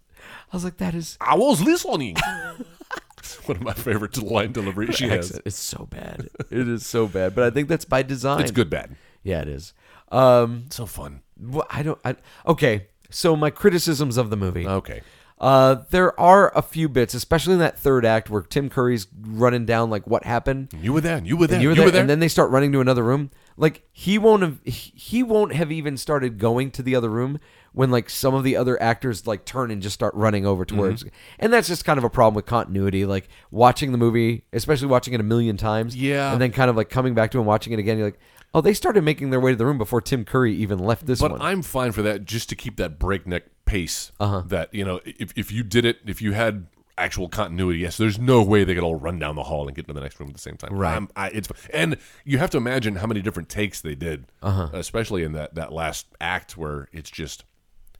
[SPEAKER 3] I was like, that is
[SPEAKER 4] I was listening. One of my favorite line deliveries she has.
[SPEAKER 3] Excellent. It's so bad. It is so bad. But I think that's by design.
[SPEAKER 4] It's good bad.
[SPEAKER 3] Yeah, it is. Um,
[SPEAKER 4] So fun.
[SPEAKER 3] wh- I don't. I, okay, so my criticisms of the movie.
[SPEAKER 4] Okay.
[SPEAKER 3] Uh, there are a few bits, especially in that third act where Tim Curry's running down like what happened.
[SPEAKER 4] You were there. and You were there.
[SPEAKER 3] And
[SPEAKER 4] You
[SPEAKER 3] you
[SPEAKER 4] were
[SPEAKER 3] were
[SPEAKER 4] there.
[SPEAKER 3] and then they start running to another room. Like he won't have he he won't have even started going to the other room when like some of the other actors like turn and just start running over
[SPEAKER 4] Mm-hmm.
[SPEAKER 3] towards. And that's just kind of a problem with continuity. Like watching the movie, especially watching it a million times,
[SPEAKER 4] Yeah.
[SPEAKER 3] and then kind of like coming back to and watching it again. You're like, oh, they started making their way to the room before Tim Curry even left this
[SPEAKER 4] but
[SPEAKER 3] one. Uh-huh.
[SPEAKER 4] I'm fine for that just to keep that breakneck pace that you know if, if you did it if you had actual continuity yes there's no way they could all run down the hall and get into the next room at the same time
[SPEAKER 3] Right.
[SPEAKER 4] I'm- I, it's and you have to imagine how many different takes they did
[SPEAKER 3] Uh-huh.
[SPEAKER 4] especially in that that last act where it's just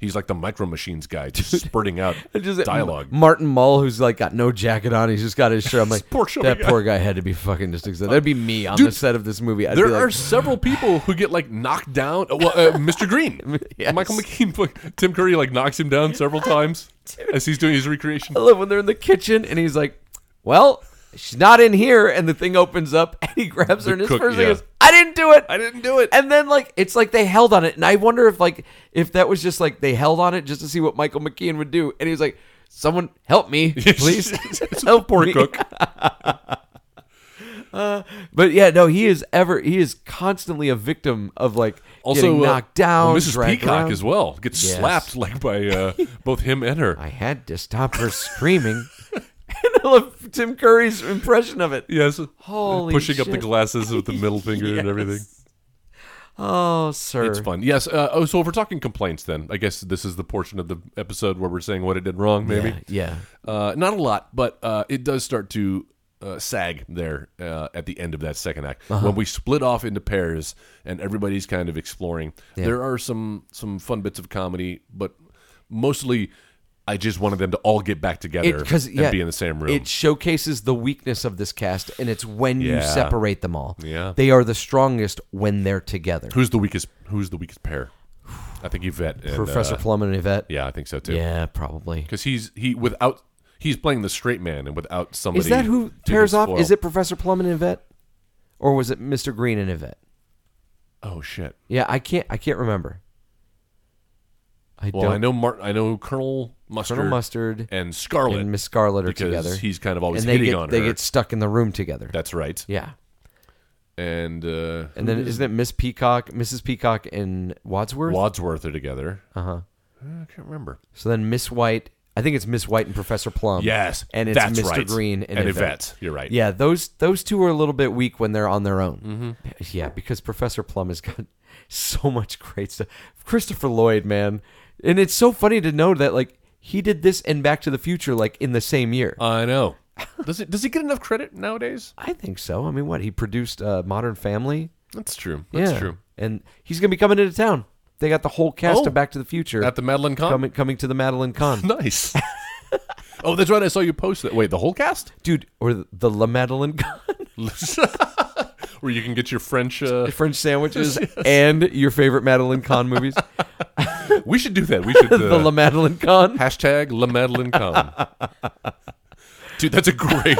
[SPEAKER 4] he's like the micro machines guy just spurting out
[SPEAKER 3] Just-
[SPEAKER 4] dialogue
[SPEAKER 3] Martin Mull, who's like got no jacket on, he's just got his shirt. I'm like,
[SPEAKER 4] Poor show
[SPEAKER 3] that
[SPEAKER 4] guy.
[SPEAKER 3] poor guy had to be fucking just exhausted. That'd be me on the
[SPEAKER 4] Dude,
[SPEAKER 3] set of this movie. I'd
[SPEAKER 4] there
[SPEAKER 3] be like,
[SPEAKER 4] are several people who get like knocked down. Oh, Well, uh, Mr. Green,
[SPEAKER 3] Yes.
[SPEAKER 4] Michael McKean, like, Tim Curry like knocks him down several times as he's doing his recreation.
[SPEAKER 3] I love when they're in the kitchen and he's like, "Well, she's not in here," and the thing opens up and he grabs her and his
[SPEAKER 4] cook,
[SPEAKER 3] first
[SPEAKER 4] yeah.
[SPEAKER 3] thing is, "I didn't do it.
[SPEAKER 4] I didn't do it."
[SPEAKER 3] And then like it's like they held on it, and I wonder if like if that was just like they held on it just to see what Michael McKean would do, and he was like, "Someone help me, please."
[SPEAKER 4] It's
[SPEAKER 3] Help
[SPEAKER 4] a poor
[SPEAKER 3] me.
[SPEAKER 4] cook.
[SPEAKER 3] But yeah, no, he is ever he is constantly a victim of like
[SPEAKER 4] Also,
[SPEAKER 3] getting
[SPEAKER 4] uh,
[SPEAKER 3] knocked down.
[SPEAKER 4] Mrs.
[SPEAKER 3] dragged
[SPEAKER 4] Peacock
[SPEAKER 3] around.
[SPEAKER 4] as well gets
[SPEAKER 3] Yes.
[SPEAKER 4] slapped like by uh, both him and her.
[SPEAKER 3] I had to stop her screaming. and I love Tim Curry's impression of it.
[SPEAKER 4] yes,
[SPEAKER 3] Holy
[SPEAKER 4] pushing up the
[SPEAKER 3] shit.
[SPEAKER 4] glasses with the middle finger and everything.
[SPEAKER 3] Oh, sir.
[SPEAKER 4] It's fun. Yes. Uh, oh, so if we're talking complaints, then I guess this is the portion of the episode where we're saying what it did wrong. Maybe.
[SPEAKER 3] Yeah.
[SPEAKER 4] Uh, not a lot, but uh, it does start to uh, sag there uh, at the end of that second act
[SPEAKER 3] Uh-huh.
[SPEAKER 4] when we split off into pairs and everybody's kind of exploring. There are some some fun bits of comedy, but mostly I just wanted them to all get back together
[SPEAKER 3] because
[SPEAKER 4] and
[SPEAKER 3] yeah,
[SPEAKER 4] be in the same room.
[SPEAKER 3] It showcases the weakness of this cast, and it's when you
[SPEAKER 4] Yeah.
[SPEAKER 3] separate them all.
[SPEAKER 4] Yeah.
[SPEAKER 3] they are the strongest when they're together.
[SPEAKER 4] who's the weakest? Who's the weakest pair? I think Yvette and
[SPEAKER 3] Professor
[SPEAKER 4] uh,
[SPEAKER 3] Plum and Yvette.
[SPEAKER 4] yeah, I think so too.
[SPEAKER 3] yeah, probably.
[SPEAKER 4] because he's he without he's playing the straight man and without somebody.
[SPEAKER 3] Is that who
[SPEAKER 4] to
[SPEAKER 3] pairs
[SPEAKER 4] his
[SPEAKER 3] off?
[SPEAKER 4] foil-
[SPEAKER 3] Is it Professor Plum and Yvette, or was it Mister Green and Yvette?
[SPEAKER 4] Oh shit!
[SPEAKER 3] Yeah, I can't. I can't remember. I
[SPEAKER 4] Well,
[SPEAKER 3] don't.
[SPEAKER 4] I know Mart. I know Colonel Mustard.
[SPEAKER 3] Colonel Mustard
[SPEAKER 4] and Scarlet
[SPEAKER 3] and Miss Scarlet are
[SPEAKER 4] because
[SPEAKER 3] together.
[SPEAKER 4] He's kind of always
[SPEAKER 3] and they
[SPEAKER 4] hitting
[SPEAKER 3] get
[SPEAKER 4] on
[SPEAKER 3] they
[SPEAKER 4] her.
[SPEAKER 3] get stuck in the room together.
[SPEAKER 4] That's right.
[SPEAKER 3] yeah,
[SPEAKER 4] And uh,
[SPEAKER 3] and then isn't it Miss Peacock, Mrs. Peacock, and Wadsworth?
[SPEAKER 4] Wadsworth are together.
[SPEAKER 3] Uh-huh.
[SPEAKER 4] Uh huh. I can't remember.
[SPEAKER 3] So then Miss White, I think it's Miss White and Professor Plum.
[SPEAKER 4] Yes,
[SPEAKER 3] and it's
[SPEAKER 4] that's
[SPEAKER 3] Mr.
[SPEAKER 4] right.
[SPEAKER 3] Green and,
[SPEAKER 4] And
[SPEAKER 3] Yvette.
[SPEAKER 4] Yvette, you're right.
[SPEAKER 3] Yeah, those those two are a little bit weak when they're on their own. Mm-hmm. Yeah, because Professor Plum has got so much great stuff. Christopher Lloyd, man, and it's so funny to know that like he did this and Back to the Future like in the same year.
[SPEAKER 4] I know. Does it? Does he get enough credit nowadays?
[SPEAKER 3] I think so. I mean, what he produced uh, Modern Family.
[SPEAKER 4] That's true. That's
[SPEAKER 3] yeah.
[SPEAKER 4] true.
[SPEAKER 3] And he's gonna be coming into town. They got the whole cast
[SPEAKER 4] Oh.
[SPEAKER 3] of Back to the Future
[SPEAKER 4] At the Madeline Con.
[SPEAKER 3] coming coming to the Madeline Con.
[SPEAKER 4] Nice. oh, that's right. I saw you post that. Wait, the whole cast?
[SPEAKER 3] dude, or the, the La Madeleine Con,
[SPEAKER 4] Where you can get your French? Uh,
[SPEAKER 3] French sandwiches, and your favorite Madeleine Con movies.
[SPEAKER 4] we should do that. We should. Uh,
[SPEAKER 3] the La Madeleine Con.
[SPEAKER 4] hashtag La Madeline Con. Dude, that's a great.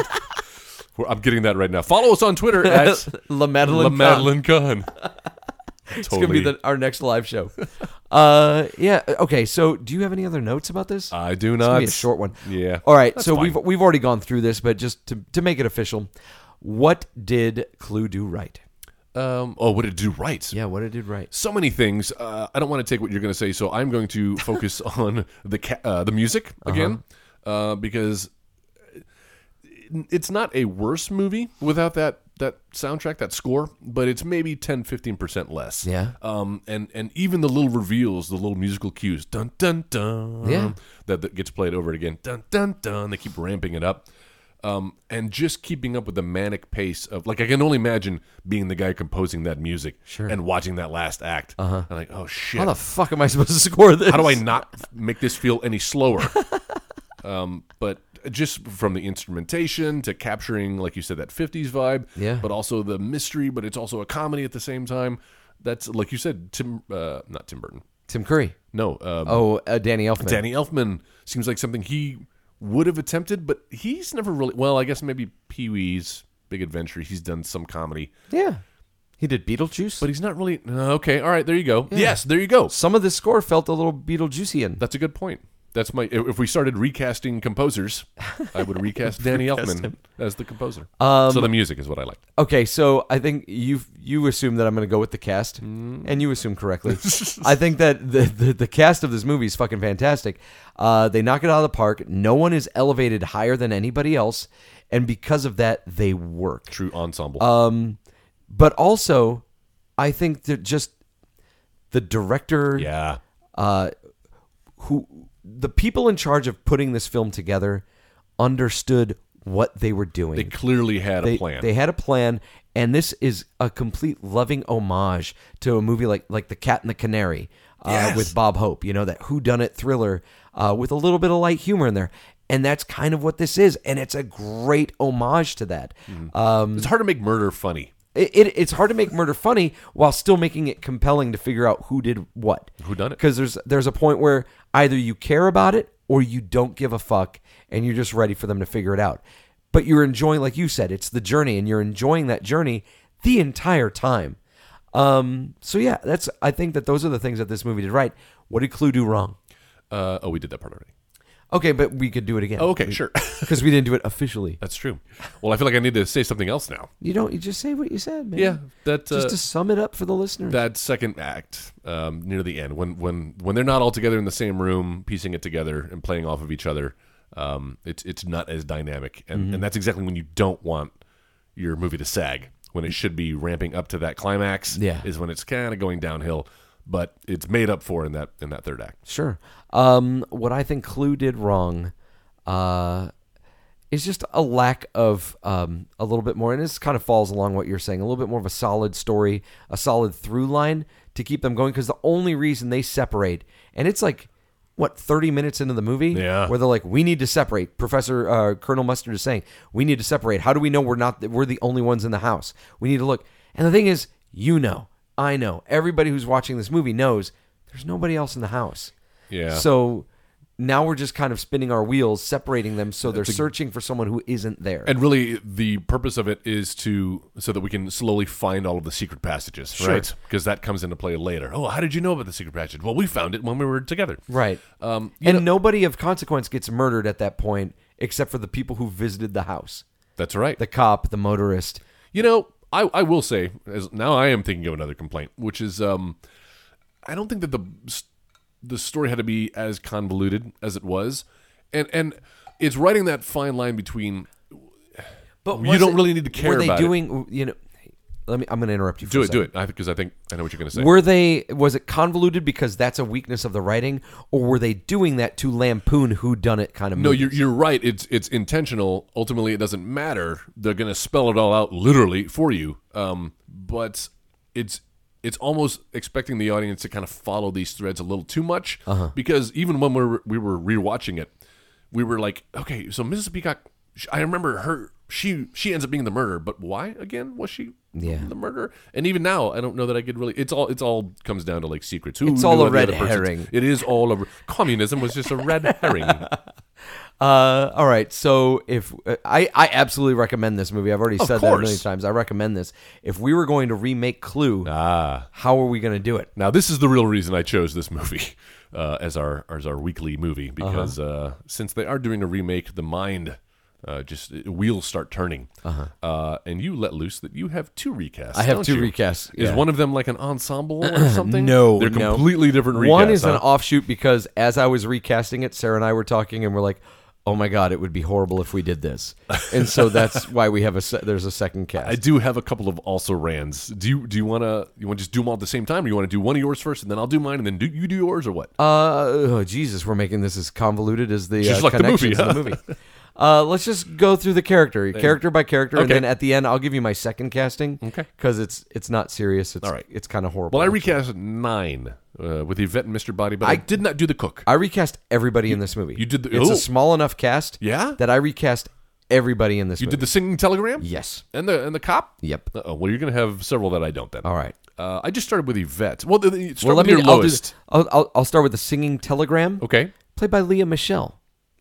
[SPEAKER 4] I'm getting that right now. Follow us on Twitter at
[SPEAKER 3] La Madeleine
[SPEAKER 4] La
[SPEAKER 3] Con.
[SPEAKER 4] Madeline Gunn.
[SPEAKER 3] It's gonna be the, our next live show. Uh, yeah. Okay. So, do you have any other notes about this?
[SPEAKER 4] I do
[SPEAKER 3] It's gonna
[SPEAKER 4] not.
[SPEAKER 3] be a short one.
[SPEAKER 4] Uh, Yeah.
[SPEAKER 3] All right. So
[SPEAKER 4] fine.
[SPEAKER 3] we've we've already gone through this, but just to to make it official, what did Clue do right?
[SPEAKER 4] Um, oh, what did it do right?
[SPEAKER 3] Yeah. What it did right.
[SPEAKER 4] So many things. Uh, I don't want to take what you're going to say, so I'm going to focus on the ca- uh, the music again
[SPEAKER 3] Uh-huh.
[SPEAKER 4] uh, because it's not a worse movie without that that soundtrack, that score, but it's maybe 10 15% less.
[SPEAKER 3] Yeah.
[SPEAKER 4] Um and and even the little reveals, the little musical cues, dun dun dun.
[SPEAKER 3] Yeah.
[SPEAKER 4] That, that gets played over again. Dun dun dun. They keep ramping it up. Um, and just keeping up with the manic pace of like I can only imagine being the guy composing that music sure. and watching that last act. Uh-huh. And like, oh shit.
[SPEAKER 3] How the fuck am I supposed to score this?
[SPEAKER 4] How do I not make this feel any slower? um, but just from the instrumentation to capturing, like you said, that 50s vibe,
[SPEAKER 3] Yeah.
[SPEAKER 4] but also the mystery, but it's also a comedy at the same time. That's, like you said, Tim, uh, not Tim Burton.
[SPEAKER 3] Tim Curry.
[SPEAKER 4] No, um,
[SPEAKER 3] Oh, uh, Danny Elfman.
[SPEAKER 4] Danny Elfman seems like something he would have attempted, but he's never really, well, I guess maybe Pee Wee's Big Adventure. He's done some comedy,
[SPEAKER 3] Yeah. He did Beetlejuice.
[SPEAKER 4] but he's not really, uh, okay, all right, there you go. Yes, there you go.
[SPEAKER 3] some of the score felt a little Beetlejuician.
[SPEAKER 4] That's a good point. That's my. If we started recasting composers, I would recast Danny Elfman as the composer.
[SPEAKER 3] Um,
[SPEAKER 4] so the music is what I like.
[SPEAKER 3] Okay, so I think you you assume that I'm going to go with the cast, and you assume correctly. I think that the, the the cast of this movie is fucking fantastic. Uh, they knock it out of the park. No one is elevated higher than anybody else, and because of that, they work
[SPEAKER 4] True ensemble.
[SPEAKER 3] um, but also I think that just the director
[SPEAKER 4] yeah,
[SPEAKER 3] uh who the people in charge of putting this film together understood what they were doing.
[SPEAKER 4] They clearly had
[SPEAKER 3] they,
[SPEAKER 4] a plan.
[SPEAKER 3] they had a plan, and this is a complete loving homage to a movie like like The Cat and the Canary uh, with Bob Hope. You know that Who Done It thriller uh, with a little bit of light humor in there, and that's kind of what this is, and it's a great homage to that. Um,
[SPEAKER 4] it's hard to make murder funny.
[SPEAKER 3] it, it, it's hard to make murder funny while still making it compelling to figure out who did what.
[SPEAKER 4] Who done it?
[SPEAKER 3] Because there's there's a point where either you care about it or you don't give a fuck and you're just ready for them to figure it out. But you're enjoying, like you said, it's the journey, and you're enjoying that journey the entire time. Um, so yeah, that's I think that those are the things that this movie did right. What did Clue do wrong?
[SPEAKER 4] Uh, oh, we did that part already.
[SPEAKER 3] Okay, but we could do it again.
[SPEAKER 4] Okay, sure.
[SPEAKER 3] because we didn't do it officially.
[SPEAKER 4] That's true. Well, I feel like I need to say something else now.
[SPEAKER 3] You don't. You just say what you said, man.
[SPEAKER 4] Yeah, that uh,
[SPEAKER 3] Just to sum it up for the listeners.
[SPEAKER 4] that second act um, near the end, when when when they're not all together in the same room, piecing it together and playing off of each other, um, it's it's not as dynamic, and
[SPEAKER 3] Mm-hmm.
[SPEAKER 4] and that's exactly when you don't want your movie to sag when it should be ramping up to that climax.
[SPEAKER 3] Yeah.
[SPEAKER 4] is when it's kind of going downhill, but it's made up for in that in that third act.
[SPEAKER 3] Sure. Um, what I think Clue did wrong uh, is just a lack of um, a little bit more, and this kind of falls along what you're saying, a little bit more of a solid story, a solid through line to keep them going. Because the only reason they separate, and it's like, what, 30 minutes into the movie?
[SPEAKER 4] Yeah.
[SPEAKER 3] Where they're like, we need to separate. Professor uh, Colonel Mustard is saying, we need to separate. How do we know we're not, that we're the only ones in the house? We need to look. And the thing is, you know, I know, everybody who's watching this movie knows there's nobody else in the house.
[SPEAKER 4] Yeah.
[SPEAKER 3] So now we're just kind of spinning our wheels, separating them, so they're searching for someone who isn't there.
[SPEAKER 4] And really, the purpose of it is to so that we can slowly find all of the secret passages, right? Because that comes into play later. Oh, how did you know about the secret passage? Well, we found it when we were together,
[SPEAKER 3] right.
[SPEAKER 4] Um, you
[SPEAKER 3] and
[SPEAKER 4] know-
[SPEAKER 3] nobody of consequence gets murdered at that point, except for the people who visited the house
[SPEAKER 4] that's right.
[SPEAKER 3] the cop, the motorist.
[SPEAKER 4] You know, I, I will say, as now I am thinking of another complaint, which is um, I don't think that the the story had to be as convoluted as it was, and and it's writing that fine line between
[SPEAKER 3] But
[SPEAKER 4] You
[SPEAKER 3] was
[SPEAKER 4] don't really need to care
[SPEAKER 3] Were they
[SPEAKER 4] about it.
[SPEAKER 3] doing, you know, let me, I'm going to interrupt you. For
[SPEAKER 4] do
[SPEAKER 3] a
[SPEAKER 4] it,
[SPEAKER 3] second.
[SPEAKER 4] do it, I because I think I know what you're going to say.
[SPEAKER 3] Were they, was it convoluted because that's a weakness of the writing, or were they doing that to lampoon who done it kind of
[SPEAKER 4] No, you're, you're right. It's it's intentional. Ultimately, it doesn't matter. They're going to spell it all out literally for you. Um, but it's it's almost expecting the audience to kind of follow these threads a little too much
[SPEAKER 3] Uh-huh.
[SPEAKER 4] because even when we were, we were rewatching it, we were like, okay, so Mrs. Peacock, sh- I remember her. She she ends up being the murderer, but why again was she
[SPEAKER 3] Yeah.
[SPEAKER 4] the murderer? And even now, I don't know that I could really. It's all it's all comes down to like secrets. Who
[SPEAKER 3] It's all
[SPEAKER 4] knew
[SPEAKER 3] a
[SPEAKER 4] of the
[SPEAKER 3] red
[SPEAKER 4] other person's-
[SPEAKER 3] herring.
[SPEAKER 4] It is all a communism was just a red herring.
[SPEAKER 3] Uh, all right. So if uh, I, I absolutely recommend this movie. I've already said that a million
[SPEAKER 4] course.
[SPEAKER 3] times. I recommend this. If we were going to remake Clue,
[SPEAKER 4] Ah.
[SPEAKER 3] how are we going to do it?
[SPEAKER 4] Now, this is the real reason I chose this movie uh, as our as our weekly movie
[SPEAKER 3] Uh-huh.
[SPEAKER 4] because uh since they are doing a remake, the mind uh, just uh, wheels start turning, uh-huh. and you let loose that you have two recasts.
[SPEAKER 3] I have
[SPEAKER 4] don't
[SPEAKER 3] two
[SPEAKER 4] you?
[SPEAKER 3] recasts,
[SPEAKER 4] Is
[SPEAKER 3] yeah.
[SPEAKER 4] one of them like an ensemble or something?
[SPEAKER 3] No,
[SPEAKER 4] they're
[SPEAKER 3] no.
[SPEAKER 4] completely different. Recasts,
[SPEAKER 3] One is
[SPEAKER 4] huh?
[SPEAKER 3] an offshoot because as I was recasting it, Sarah and I were talking and we're like, "Oh my god, it would be horrible if we did this." And so that's why we have a se- there's a second cast.
[SPEAKER 4] I do have a couple of also rans. Do you do you want to you want to just do them all at the same time, or you want to do one of yours first, and then I'll do mine, and then do you do yours, or what?
[SPEAKER 3] Uh, oh, Jesus, we're making this as convoluted as the
[SPEAKER 4] Just
[SPEAKER 3] uh,
[SPEAKER 4] like the
[SPEAKER 3] connections
[SPEAKER 4] movie,
[SPEAKER 3] of the movie. Uh, let's just go through the character, character by character, and
[SPEAKER 4] Okay.
[SPEAKER 3] then at the end, I'll give you my second casting.
[SPEAKER 4] Okay.
[SPEAKER 3] because it's it's not serious. It's,
[SPEAKER 4] All right.
[SPEAKER 3] it's kind of horrible.
[SPEAKER 4] well, I recast nine uh, with Yvette and Mr. Body, but I, did not do the cook.
[SPEAKER 3] I recast everybody in this movie.
[SPEAKER 4] you did the-
[SPEAKER 3] it's
[SPEAKER 4] oh.
[SPEAKER 3] a small enough cast.
[SPEAKER 4] Yeah?
[SPEAKER 3] that I recast everybody in this.
[SPEAKER 4] you
[SPEAKER 3] movie.
[SPEAKER 4] did the singing telegram.
[SPEAKER 3] yes.
[SPEAKER 4] And the and the cop.
[SPEAKER 3] Yep.
[SPEAKER 4] Uh-oh. Well, you're gonna have several that I don't. Then.
[SPEAKER 3] All right.
[SPEAKER 4] Uh, I just started with Yvette. Well, the, the, start
[SPEAKER 3] Well, let
[SPEAKER 4] with
[SPEAKER 3] me.
[SPEAKER 4] your
[SPEAKER 3] I'll, do,
[SPEAKER 4] lowest.
[SPEAKER 3] I'll, I'll I'll start with the singing telegram.
[SPEAKER 4] Okay.
[SPEAKER 3] played by Leah Michelle.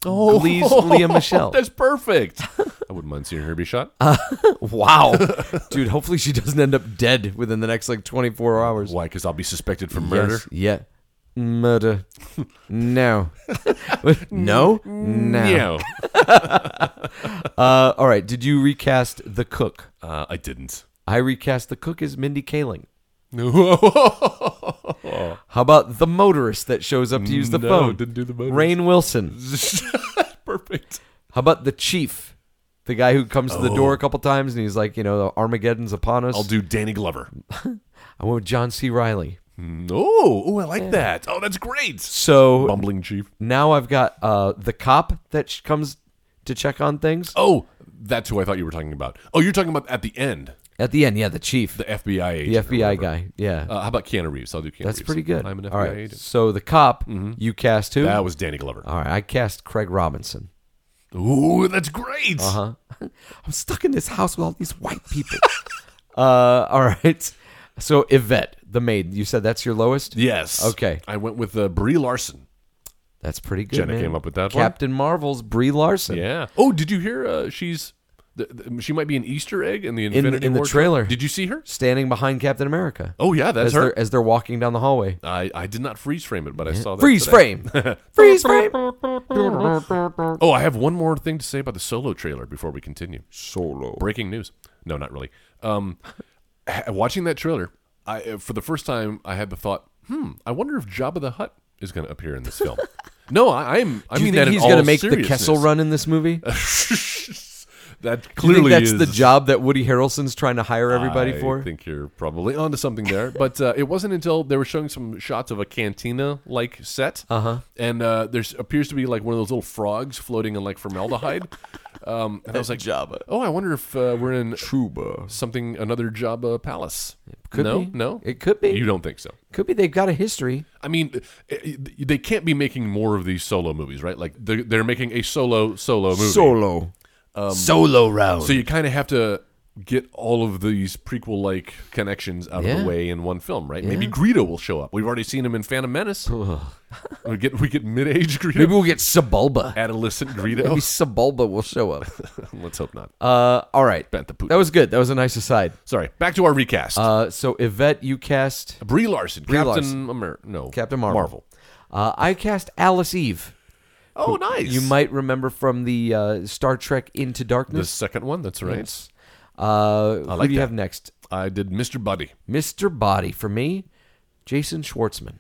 [SPEAKER 3] Oh, Glee's Leah Michelle.
[SPEAKER 4] That's perfect. I wouldn't mind seeing her be shot.
[SPEAKER 3] Uh, Wow, dude. Hopefully, she doesn't end up dead within the next like 24 hours.
[SPEAKER 4] Why? Because I'll be suspected for
[SPEAKER 3] Yes,
[SPEAKER 4] murder.
[SPEAKER 3] yeah. Murder. no. no? No.
[SPEAKER 4] No,
[SPEAKER 3] Uh, all right. Did you recast the cook?
[SPEAKER 4] uh, I didn't.
[SPEAKER 3] I recast the cook as Mindy Kaling.
[SPEAKER 4] No.
[SPEAKER 3] How about the motorist that shows up to use the
[SPEAKER 4] No,
[SPEAKER 3] phone?
[SPEAKER 4] didn't do the motorist.
[SPEAKER 3] Rain Wilson.
[SPEAKER 4] perfect.
[SPEAKER 3] How about the chief? The guy who comes to the
[SPEAKER 4] Oh.
[SPEAKER 3] door a couple times and he's like, you know, Armageddon's upon us.
[SPEAKER 4] I'll do Danny Glover.
[SPEAKER 3] I went with John C. Riley.
[SPEAKER 4] Oh, oh, I like that. Oh, that's great.
[SPEAKER 3] So
[SPEAKER 4] Bumbling chief.
[SPEAKER 3] now I've got uh, the cop that sh- comes to check on things
[SPEAKER 4] Oh, that's who I thought you were talking about. Oh, you're talking about at the end,
[SPEAKER 3] at the end. Yeah, the chief,
[SPEAKER 4] the FBI
[SPEAKER 3] the
[SPEAKER 4] agent. or
[SPEAKER 3] FBI
[SPEAKER 4] whatever.
[SPEAKER 3] guy. Yeah,
[SPEAKER 4] Uh, how about Keanu Reeves? I'll do Keanu Reeves.
[SPEAKER 3] that's pretty good.
[SPEAKER 4] I'm an FBI
[SPEAKER 3] All right.
[SPEAKER 4] agent. Mm-hmm.
[SPEAKER 3] So the cop, you cast who?
[SPEAKER 4] That was Danny Glover.
[SPEAKER 3] All right, I cast Craig Robinson.
[SPEAKER 4] Uh-huh. Ooh, that's great.
[SPEAKER 3] Huh? I'm stuck in this house with all these white people. uh, all right. So Yvette, the maid, you said that's your lowest.
[SPEAKER 4] Yes.
[SPEAKER 3] Okay.
[SPEAKER 4] I went with uh, Brie Larson.
[SPEAKER 3] That's pretty good.
[SPEAKER 4] Jenna
[SPEAKER 3] man.
[SPEAKER 4] came up with that one.
[SPEAKER 3] Captain Marvel's Brie Larson.
[SPEAKER 4] Yeah. Oh, did you hear? Uh, she's the, the, she might be an Easter egg in the
[SPEAKER 3] the-
[SPEAKER 4] Infinity
[SPEAKER 3] in the
[SPEAKER 4] War
[SPEAKER 3] trailer.
[SPEAKER 4] Did you see her?
[SPEAKER 3] Standing behind Captain America.
[SPEAKER 4] Oh yeah, that's
[SPEAKER 3] as
[SPEAKER 4] her.
[SPEAKER 3] they're as they're walking down the hallway.
[SPEAKER 4] I, I did not freeze frame it, but I saw that.
[SPEAKER 3] Freeze
[SPEAKER 4] today.
[SPEAKER 3] frame. Freeze frame.
[SPEAKER 4] Oh, I have one more thing to say about the solo trailer before we continue. Solo. Breaking news. No, not really. Um, ha- watching that trailer, I uh, for the first time I had the thought, hmm, I wonder if Jabba the Hutt is going to appear in this film. no, I, I'm. I
[SPEAKER 3] Do you think
[SPEAKER 4] mean that in
[SPEAKER 3] he's
[SPEAKER 4] all
[SPEAKER 3] gonna make the
[SPEAKER 4] seriousness.
[SPEAKER 3] Kessel Run in this movie?
[SPEAKER 4] that
[SPEAKER 3] Do you think
[SPEAKER 4] clearly
[SPEAKER 3] that's
[SPEAKER 4] is
[SPEAKER 3] the job that Woody Harrelson's trying to hire everybody
[SPEAKER 4] I
[SPEAKER 3] for.
[SPEAKER 4] think you're probably onto something there. But uh, it wasn't until they were showing some shots of a cantina-like set, uh-huh. and uh, there appears to be like one of those little frogs floating in like formaldehyde. Um, and I was like, Java. Oh, I wonder if uh, we're in Truba, something, another Java palace.
[SPEAKER 3] could
[SPEAKER 4] no,
[SPEAKER 3] be.
[SPEAKER 4] no,
[SPEAKER 3] It could be.
[SPEAKER 4] You don't think so?
[SPEAKER 3] Could be they've got a history.
[SPEAKER 4] I mean, eh, eh, they can't be making more of these solo movies, right? Like they're, they're making a solo solo movie.
[SPEAKER 3] Solo.
[SPEAKER 4] So you kind of have to get all of these prequel like connections out of
[SPEAKER 3] Yeah.
[SPEAKER 4] the way in one film, right? Maybe Greedo will show up. We've already seen him in Phantom Menace. we get we get mid age Greedo,
[SPEAKER 3] Maybe we'll get Sebulba.
[SPEAKER 4] adolescent
[SPEAKER 3] Maybe
[SPEAKER 4] Greedo.
[SPEAKER 3] Sebulba will show up.
[SPEAKER 4] Let's hope not.
[SPEAKER 3] Uh, all right.
[SPEAKER 4] Bent the poop.
[SPEAKER 3] That was good. That was a nice aside.
[SPEAKER 4] Sorry, back to our recast.
[SPEAKER 3] Uh, so Yvette, you cast
[SPEAKER 4] Brie Larson,
[SPEAKER 3] Brie
[SPEAKER 4] Captain
[SPEAKER 3] Larson.
[SPEAKER 4] Amer- no,
[SPEAKER 3] Captain Marvel. Uh, I cast Alice Eve.
[SPEAKER 4] Oh, nice.
[SPEAKER 3] You might remember from the uh, Star Trek Into
[SPEAKER 4] the
[SPEAKER 3] Darkness.
[SPEAKER 4] second one. That's right.
[SPEAKER 3] Uh, who
[SPEAKER 4] like
[SPEAKER 3] do you
[SPEAKER 4] that.
[SPEAKER 3] have next?
[SPEAKER 4] I did Mr. Buddy.
[SPEAKER 3] Mr. Body for me, Jason Schwartzman.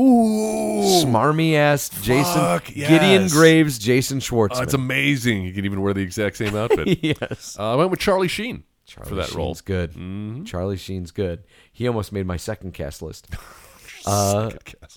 [SPEAKER 4] Ooh,
[SPEAKER 3] Smarmy ass Jason
[SPEAKER 4] Fuck,
[SPEAKER 3] Gideon
[SPEAKER 4] yes.
[SPEAKER 3] Graves, Jason Schwartzman.
[SPEAKER 4] Oh, it's amazing. You can even wear the exact same outfit.
[SPEAKER 3] yes.
[SPEAKER 4] uh, I went with Charlie Sheen for
[SPEAKER 3] Charlie
[SPEAKER 4] that
[SPEAKER 3] Sheen's
[SPEAKER 4] role. Mm-hmm.
[SPEAKER 3] good. Charlie Sheen's good. He almost made my second cast list. Uh,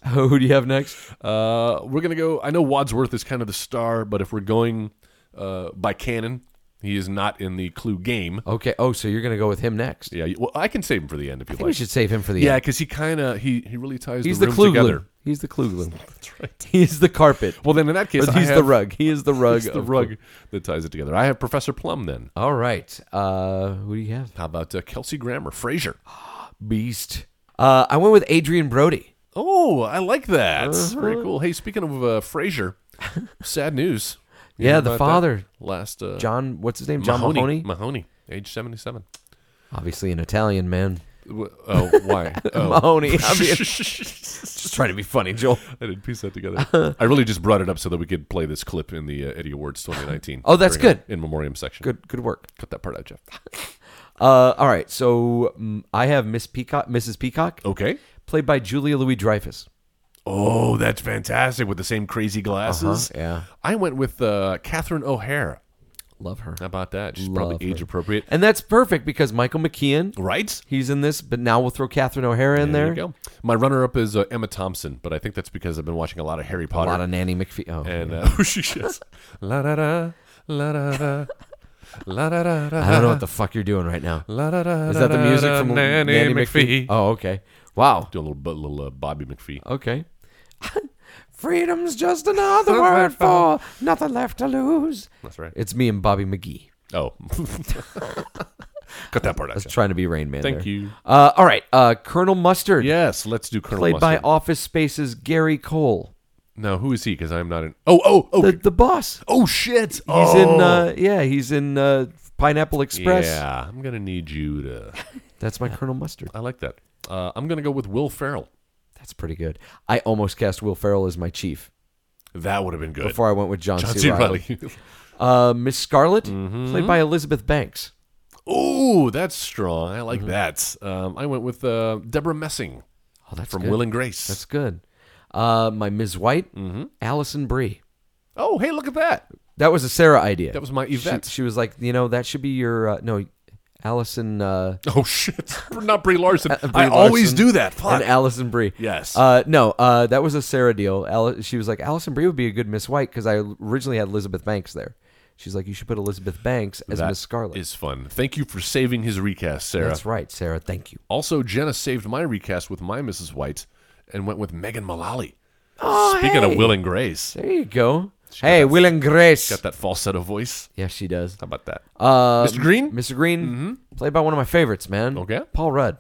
[SPEAKER 3] Who do you have next?
[SPEAKER 4] Uh, we're gonna go. I know Wadsworth is kind of the star, but if we're going uh, by canon, he is not in the Clue game.
[SPEAKER 3] Okay. Oh, so you're gonna go with him next.
[SPEAKER 4] Yeah, you- well, I can save him for the end if you
[SPEAKER 3] I think
[SPEAKER 4] like.
[SPEAKER 3] we should save him for the
[SPEAKER 4] yeah,
[SPEAKER 3] end.
[SPEAKER 4] because he kind of he he really ties
[SPEAKER 3] He's
[SPEAKER 4] the,
[SPEAKER 3] the,
[SPEAKER 4] room
[SPEAKER 3] clue
[SPEAKER 4] together.
[SPEAKER 3] glue. He's the clue glue. That's right. He's the carpet.
[SPEAKER 4] Well, then in that case,
[SPEAKER 3] Or
[SPEAKER 4] I
[SPEAKER 3] he's the
[SPEAKER 4] have-
[SPEAKER 3] rug. He is the rug.
[SPEAKER 4] he's the
[SPEAKER 3] of
[SPEAKER 4] rug
[SPEAKER 3] Clue.
[SPEAKER 4] that ties it together. I have Professor Plum. Then
[SPEAKER 3] All right. Uh, who do you have?
[SPEAKER 4] how about uh, Kelsey Grammer, Frasier?
[SPEAKER 3] Beast. Uh, I went with Adrian Brody.
[SPEAKER 4] Oh, I like that. Very
[SPEAKER 3] Uh-huh.
[SPEAKER 4] cool. Hey, speaking of uh, Frasier, sad news. You
[SPEAKER 3] Yeah,
[SPEAKER 4] heard
[SPEAKER 3] the
[SPEAKER 4] about that
[SPEAKER 3] father.
[SPEAKER 4] last uh,
[SPEAKER 3] John, what's his name? John Mahoney.
[SPEAKER 4] Mahoney, age seventy-seven.
[SPEAKER 3] Obviously an Italian man.
[SPEAKER 4] W- Oh, why? Oh.
[SPEAKER 3] Mahoney. I mean, just trying to be funny, Joel.
[SPEAKER 4] I didn't piece that together. I really just brought it up so that we could play this clip in the uh, Eddie Awards 2019.
[SPEAKER 3] Oh, that's
[SPEAKER 4] during our
[SPEAKER 3] good.
[SPEAKER 4] in memoriam section.
[SPEAKER 3] Good, good work.
[SPEAKER 4] Cut that part out, Jeff.
[SPEAKER 3] Uh, all right. So mm, I have Miss Peacock, Mrs. Peacock,
[SPEAKER 4] Okay.
[SPEAKER 3] played by Julia Louis Dreyfus.
[SPEAKER 4] Oh, that's fantastic with the same crazy glasses.
[SPEAKER 3] Uh-huh, yeah.
[SPEAKER 4] I went with uh, Catherine O'Hara.
[SPEAKER 3] Love her.
[SPEAKER 4] How about that? She's
[SPEAKER 3] Love
[SPEAKER 4] probably
[SPEAKER 3] her.
[SPEAKER 4] age appropriate,
[SPEAKER 3] And that's perfect because Michael McKean,
[SPEAKER 4] right?
[SPEAKER 3] he's in this, but now we'll throw Catherine O'Hara in there.
[SPEAKER 4] you go. My runner-up is uh, Emma Thompson, but I think that's because I've been watching a lot of Harry
[SPEAKER 3] A
[SPEAKER 4] Potter.
[SPEAKER 3] lot of Nanny McPhee. Oh,
[SPEAKER 4] and uh, oh, she just la da da la da da la da da da.
[SPEAKER 3] I don't know what the fuck you're doing right now.
[SPEAKER 4] La, da, da,
[SPEAKER 3] Is that the
[SPEAKER 4] da,
[SPEAKER 3] music
[SPEAKER 4] da,
[SPEAKER 3] from
[SPEAKER 4] Nanny, McPhee?
[SPEAKER 3] Oh, okay. Wow.
[SPEAKER 4] Do a little, bu- little uh, Bobby McPhee.
[SPEAKER 3] Okay. Freedom's just another word for nothing left to lose.
[SPEAKER 4] That's right.
[SPEAKER 3] It's me and Bobby McGee.
[SPEAKER 4] Oh, cut that part out.
[SPEAKER 3] Just trying to be Rain Man.
[SPEAKER 4] Thank
[SPEAKER 3] there.
[SPEAKER 4] you.
[SPEAKER 3] Uh, all right. Uh, Colonel Mustard,
[SPEAKER 4] Yes, let's do Colonel
[SPEAKER 3] played by
[SPEAKER 4] Mustard.
[SPEAKER 3] Office Space's Gary Cole,
[SPEAKER 4] no, who is he? Because I'm not in. Oh, oh, oh,
[SPEAKER 3] the the boss.
[SPEAKER 4] oh, shit! Oh, He's
[SPEAKER 3] He's in. Uh, yeah, he's in uh, Pineapple Express.
[SPEAKER 4] Yeah, I'm gonna need you to.
[SPEAKER 3] That's my Colonel Mustard.
[SPEAKER 4] I like that. Uh, I'm gonna go with Will Ferrell.
[SPEAKER 3] That's pretty good. I almost cast Will Ferrell as my chief
[SPEAKER 4] That would have been good.
[SPEAKER 3] before I went with John,
[SPEAKER 4] John
[SPEAKER 3] C.
[SPEAKER 4] C.
[SPEAKER 3] Reilly.
[SPEAKER 4] Reilly. Mm-hmm.
[SPEAKER 3] Uh, Miss Scarlet, played by Elizabeth Banks.
[SPEAKER 4] oh, that's strong. I
[SPEAKER 3] Mm-hmm.
[SPEAKER 4] like that. Um, I went with uh, Deborah Messing
[SPEAKER 3] Oh, that's
[SPEAKER 4] from
[SPEAKER 3] good.
[SPEAKER 4] Will and Grace.
[SPEAKER 3] That's good. Uh, my Ms. White,
[SPEAKER 4] Mm-hmm.
[SPEAKER 3] Allison Brie.
[SPEAKER 4] oh, hey, look at that.
[SPEAKER 3] That was a Sarah idea.
[SPEAKER 4] That was my
[SPEAKER 3] She,
[SPEAKER 4] Yvette.
[SPEAKER 3] she was like, you know, that should be your uh, no. Allison uh,
[SPEAKER 4] Oh shit! Not Brie Larson.
[SPEAKER 3] Brie
[SPEAKER 4] I always
[SPEAKER 3] Larson
[SPEAKER 4] do that. Fuck.
[SPEAKER 3] And Allison Brie.
[SPEAKER 4] Yes.
[SPEAKER 3] Uh, no, uh, that was a Sarah deal. Al- she was like, Allison Brie would be a good Miss White because I originally had Elizabeth Banks there. She's like, you should put Elizabeth Banks as
[SPEAKER 4] That
[SPEAKER 3] Miss Scarlet.
[SPEAKER 4] is fun. Thank you for saving his recast, Sarah.
[SPEAKER 3] That's right, Sarah. Thank you.
[SPEAKER 4] Also, Jenna saved my recast with my Mrs. White and went with Megan Mullally. Oh, Speaking
[SPEAKER 3] hey.
[SPEAKER 4] of Will and Grace,
[SPEAKER 3] There you go. hey, Will and Grace.
[SPEAKER 4] got that falsetto voice.
[SPEAKER 3] yeah, she does.
[SPEAKER 4] How about that?
[SPEAKER 3] Uh,
[SPEAKER 4] Mr. Green?
[SPEAKER 3] Mr. Green, played by one of my favorites, man.
[SPEAKER 4] Okay.
[SPEAKER 3] Paul Rudd.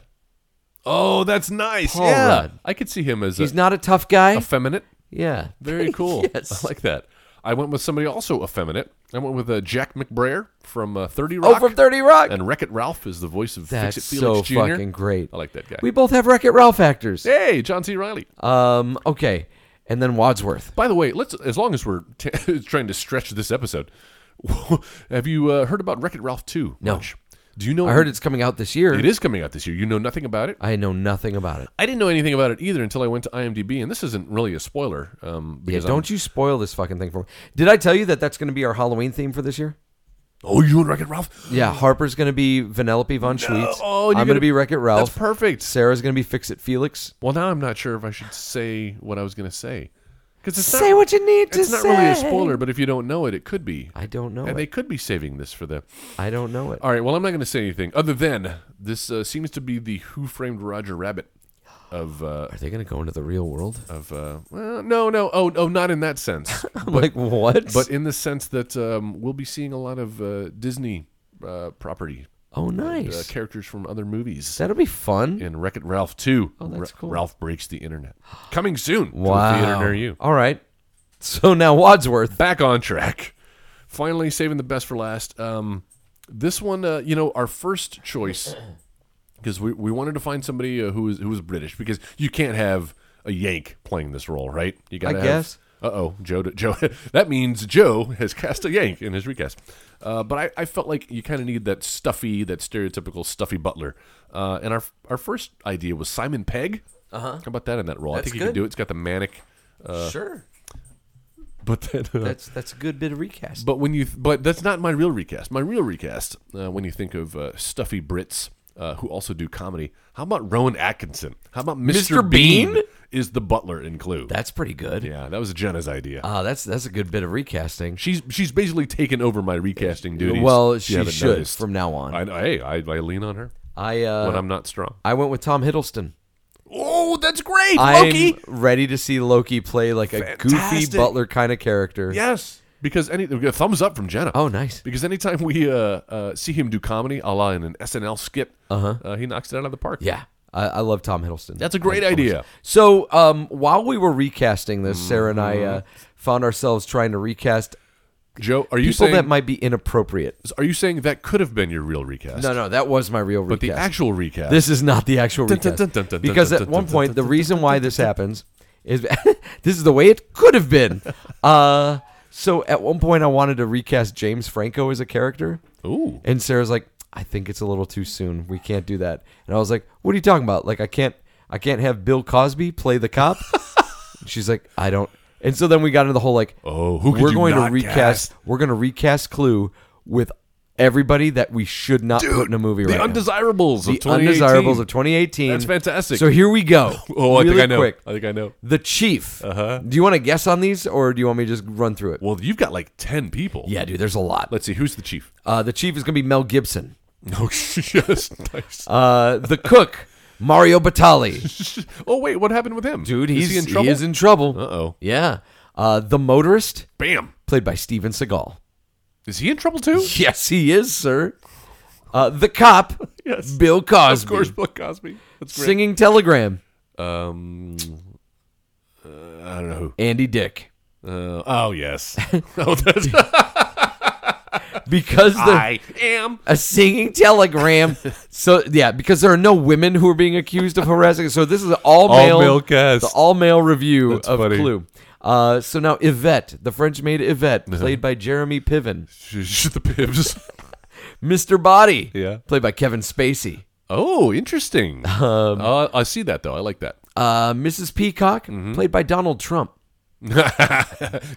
[SPEAKER 4] oh, that's nice.
[SPEAKER 3] Paul
[SPEAKER 4] yeah,
[SPEAKER 3] Rudd.
[SPEAKER 4] I could see him as
[SPEAKER 3] He's
[SPEAKER 4] a,
[SPEAKER 3] not a tough guy.
[SPEAKER 4] effeminate.
[SPEAKER 3] yeah.
[SPEAKER 4] Very cool.
[SPEAKER 3] Yes.
[SPEAKER 4] I like that. I went with somebody also effeminate. I went with uh, Jack McBrayer from uh, Thirty Rock.
[SPEAKER 3] Oh, from 30 Rock.
[SPEAKER 4] And Wreck It Ralph is the voice of
[SPEAKER 3] That's
[SPEAKER 4] Fix It Felix
[SPEAKER 3] so
[SPEAKER 4] Jr.
[SPEAKER 3] fucking great.
[SPEAKER 4] I like that guy.
[SPEAKER 3] we both have Wreck It Ralph actors.
[SPEAKER 4] hey, John C. Riley.
[SPEAKER 3] Um, okay. And then Wadsworth.
[SPEAKER 4] By the way, let's as long as we're t- trying to stretch this episode, have you uh, heard about Wreck It Ralph 2?
[SPEAKER 3] No.
[SPEAKER 4] much? Do you know?
[SPEAKER 3] I heard it's coming out this year.
[SPEAKER 4] It is coming out this year. You know nothing about it.
[SPEAKER 3] I know nothing about it.
[SPEAKER 4] I didn't know anything about it either until I went to IMDb, and this isn't really a spoiler. Um,
[SPEAKER 3] Yeah,
[SPEAKER 4] because I'm-
[SPEAKER 3] don't you spoil this fucking thing for me. Did I tell you that that's going to be our Halloween theme for this year?
[SPEAKER 4] Oh, you and Wreck It Ralph?
[SPEAKER 3] Yeah, Harper's going to be Vanellope von Schweetz.
[SPEAKER 4] Oh,
[SPEAKER 3] I'm
[SPEAKER 4] and you're
[SPEAKER 3] going to be Wreck It Ralph.
[SPEAKER 4] That's perfect.
[SPEAKER 3] Sarah's going to be Fix It Felix.
[SPEAKER 4] Well, now I'm not sure if I should say what I was going to say because it's
[SPEAKER 3] Say
[SPEAKER 4] not,
[SPEAKER 3] what you need to
[SPEAKER 4] It's not really a
[SPEAKER 3] say.
[SPEAKER 4] spoiler, but if you don't know it, it could be.
[SPEAKER 3] I don't know.
[SPEAKER 4] and they
[SPEAKER 3] It.
[SPEAKER 4] could be saving this for the
[SPEAKER 3] I don't know it.
[SPEAKER 4] All right. Well, I'm not going to say anything other than this uh, seems to be the Who Framed Roger Rabbit of uh,
[SPEAKER 3] Are they going to go into the real world?
[SPEAKER 4] of uh, well, no, no, oh, oh, not in that sense,
[SPEAKER 3] I'm like, what?
[SPEAKER 4] but in the sense that um, we'll be seeing a lot of uh, Disney uh, property
[SPEAKER 3] oh,
[SPEAKER 4] uh,
[SPEAKER 3] nice.
[SPEAKER 4] characters from other movies.
[SPEAKER 3] That'll be fun.
[SPEAKER 4] In Wreck It Ralph 2,
[SPEAKER 3] Oh, that's
[SPEAKER 4] Ra-
[SPEAKER 3] cool.
[SPEAKER 4] Ralph Breaks the Internet. Coming soon
[SPEAKER 3] Wow.
[SPEAKER 4] to a theater near you.
[SPEAKER 3] All right. So now Wadsworth.
[SPEAKER 4] back on track. Finally, saving the best for last. Um, this one, uh, you know, our first choice because we, we wanted to find somebody uh, who was who was British because you can't have a Yank playing this role, right? You got.
[SPEAKER 3] I guess.
[SPEAKER 4] Uh oh, Joe. Joe. that means Joe has cast a Yank in his recast. Uh, but I, I felt like you kind of need that stuffy, that stereotypical stuffy butler. Uh, and our our first idea was Simon Pegg. Uh huh. How about that in that role? I
[SPEAKER 3] Uh-huh. That's
[SPEAKER 4] think you
[SPEAKER 3] good.
[SPEAKER 4] can do it. It's got the manic,
[SPEAKER 3] sure.
[SPEAKER 4] but then, uh,
[SPEAKER 3] That's that's a good bit of recast.
[SPEAKER 4] But when you, but that's not my real recast. My real recast, uh, when you think of uh, stuffy Brits uh, who also do comedy, how about Rowan Atkinson? How about Mr.
[SPEAKER 3] Mr.
[SPEAKER 4] Bean?
[SPEAKER 3] Bean?
[SPEAKER 4] is the butler in Clue?
[SPEAKER 3] that's pretty good.
[SPEAKER 4] yeah, that was Jenna's idea.
[SPEAKER 3] Ah, that's that's a good bit of recasting.
[SPEAKER 4] she's she's basically taken over my recasting duties.
[SPEAKER 3] Well,
[SPEAKER 4] if you
[SPEAKER 3] she
[SPEAKER 4] haven't
[SPEAKER 3] should
[SPEAKER 4] noticed.
[SPEAKER 3] from now on.
[SPEAKER 4] I, I- hey, I, I lean on her
[SPEAKER 3] I
[SPEAKER 4] when
[SPEAKER 3] uh,
[SPEAKER 4] I'm not strong.
[SPEAKER 3] I went with Tom Hiddleston.
[SPEAKER 4] Oh, that's great,
[SPEAKER 3] I'm ready to see Loki play like a goofy
[SPEAKER 4] Fantastic.
[SPEAKER 3] butler kind of character.
[SPEAKER 4] Yes, because any a thumbs up from Jenna.
[SPEAKER 3] Oh, nice.
[SPEAKER 4] Because anytime we uh, uh, see him do comedy, a la in an SNL skit, uh-huh. he knocks it out of the park.
[SPEAKER 3] Yeah. I, I love Tom Hiddleston.
[SPEAKER 4] That's a great idea.
[SPEAKER 3] So, um, while we were recasting this, Sarah and I uh, found ourselves trying to recast
[SPEAKER 4] Joe, Mm-hmm. are you
[SPEAKER 3] people
[SPEAKER 4] saying
[SPEAKER 3] that might be inappropriate.
[SPEAKER 4] are you saying that could have been your real recast?
[SPEAKER 3] No, no, that was my real
[SPEAKER 4] But
[SPEAKER 3] recast.
[SPEAKER 4] the actual recast.
[SPEAKER 3] This is not the actual
[SPEAKER 4] Dun,
[SPEAKER 3] recast.
[SPEAKER 4] dun, dun, dun, dun,
[SPEAKER 3] because
[SPEAKER 4] dun,
[SPEAKER 3] at
[SPEAKER 4] dun,
[SPEAKER 3] one
[SPEAKER 4] dun,
[SPEAKER 3] point,
[SPEAKER 4] dun,
[SPEAKER 3] the
[SPEAKER 4] dun,
[SPEAKER 3] reason why this happens is this is the way it could have been. Uh, so at one point, I wanted to recast James Franco as a character.
[SPEAKER 4] Ooh.
[SPEAKER 3] And Sarah's like, I think it's a little too soon. We can't do that. And I was like, What are you talking about? Like, I can't, I can't have Bill Cosby play the cop. She's like, I don't. And so then we got into the whole like,
[SPEAKER 4] Oh, who could
[SPEAKER 3] we're
[SPEAKER 4] you
[SPEAKER 3] going to
[SPEAKER 4] not
[SPEAKER 3] recast,
[SPEAKER 4] cast?
[SPEAKER 3] we're going to recast Clue with everybody that we should not put in a movie
[SPEAKER 4] the
[SPEAKER 3] right now
[SPEAKER 4] undesirables of
[SPEAKER 3] the
[SPEAKER 4] 2018.
[SPEAKER 3] undesirables of 2018.
[SPEAKER 4] That's fantastic.
[SPEAKER 3] So here we go.
[SPEAKER 4] Oh, I
[SPEAKER 3] Really
[SPEAKER 4] think I know.
[SPEAKER 3] Quick.
[SPEAKER 4] I think I know.
[SPEAKER 3] The chief. Uh-huh. Do you want to guess on these, or do you want me to just run through it?
[SPEAKER 4] Well, you've got like 10 people.
[SPEAKER 3] yeah, dude. There's a lot.
[SPEAKER 4] Let's see who's the chief.
[SPEAKER 3] Uh, the chief is going to be Mel Gibson.
[SPEAKER 4] No, yes. Nice.
[SPEAKER 3] Uh, the cook, Mario Batali.
[SPEAKER 4] oh wait, what happened with him?
[SPEAKER 3] Dude, he's
[SPEAKER 4] is he in trouble?
[SPEAKER 3] is in trouble.
[SPEAKER 4] Uh-oh.
[SPEAKER 3] Yeah. Uh, the motorist,
[SPEAKER 4] Bam.
[SPEAKER 3] played by Steven Seagal.
[SPEAKER 4] Is he in trouble too?
[SPEAKER 3] Yes, he is, sir. Uh, the cop, Bill Cosby.
[SPEAKER 4] Of course, Bill Cosby. That's great.
[SPEAKER 3] Singing telegram,
[SPEAKER 4] Um uh, I don't know who.
[SPEAKER 3] Andy Dick.
[SPEAKER 4] Uh, oh yes. oh, that's,
[SPEAKER 3] Because the
[SPEAKER 4] I am.
[SPEAKER 3] a singing telegram. so yeah, because there are no women who are being accused of harassing. So this is an all male,
[SPEAKER 4] male cast.
[SPEAKER 3] the all male review of
[SPEAKER 4] funny.
[SPEAKER 3] Clue. Uh, so now Yvette, the French maid Yvette, played by Jeremy Piven,
[SPEAKER 4] the pibs.
[SPEAKER 3] Mr. Body,
[SPEAKER 4] Yeah.
[SPEAKER 3] played by Kevin Spacey,
[SPEAKER 4] Oh, interesting.
[SPEAKER 3] Um,
[SPEAKER 4] Uh, I see that though. I like that.
[SPEAKER 3] uh, Mrs. Peacock,
[SPEAKER 4] Mm-hmm.
[SPEAKER 3] played by Donald Trump.
[SPEAKER 4] you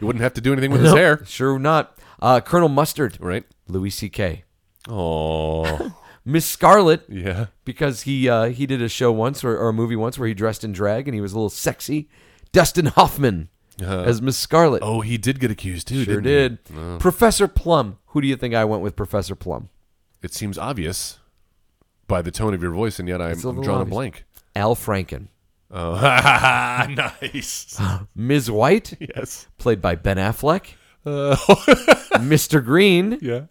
[SPEAKER 4] wouldn't have to do anything with his hair,
[SPEAKER 3] Sure not. Uh, Colonel Mustard,
[SPEAKER 4] right?
[SPEAKER 3] Louis C.K.
[SPEAKER 4] Oh,
[SPEAKER 3] Miss Scarlet
[SPEAKER 4] Yeah.
[SPEAKER 3] because he uh, he did a show once or, or a movie once where he dressed in drag and he was a little sexy. Dustin Hoffman as Miss Scarlet.
[SPEAKER 4] Uh-huh. Oh, he did get accused too.
[SPEAKER 3] sure
[SPEAKER 4] didn't he? Oh.
[SPEAKER 3] did. Professor Plum. Who do you think I went with, Professor Plum?
[SPEAKER 4] It seems obvious by the tone of your voice, and yet I'm,
[SPEAKER 3] a
[SPEAKER 4] I'm
[SPEAKER 3] little
[SPEAKER 4] drawing a
[SPEAKER 3] obvious.
[SPEAKER 4] blank.
[SPEAKER 3] Al Franken.
[SPEAKER 4] Oh, nice.
[SPEAKER 3] Ms. White,
[SPEAKER 4] yes. Uh,
[SPEAKER 3] played by Ben Affleck. Mr. Green,
[SPEAKER 4] Yeah.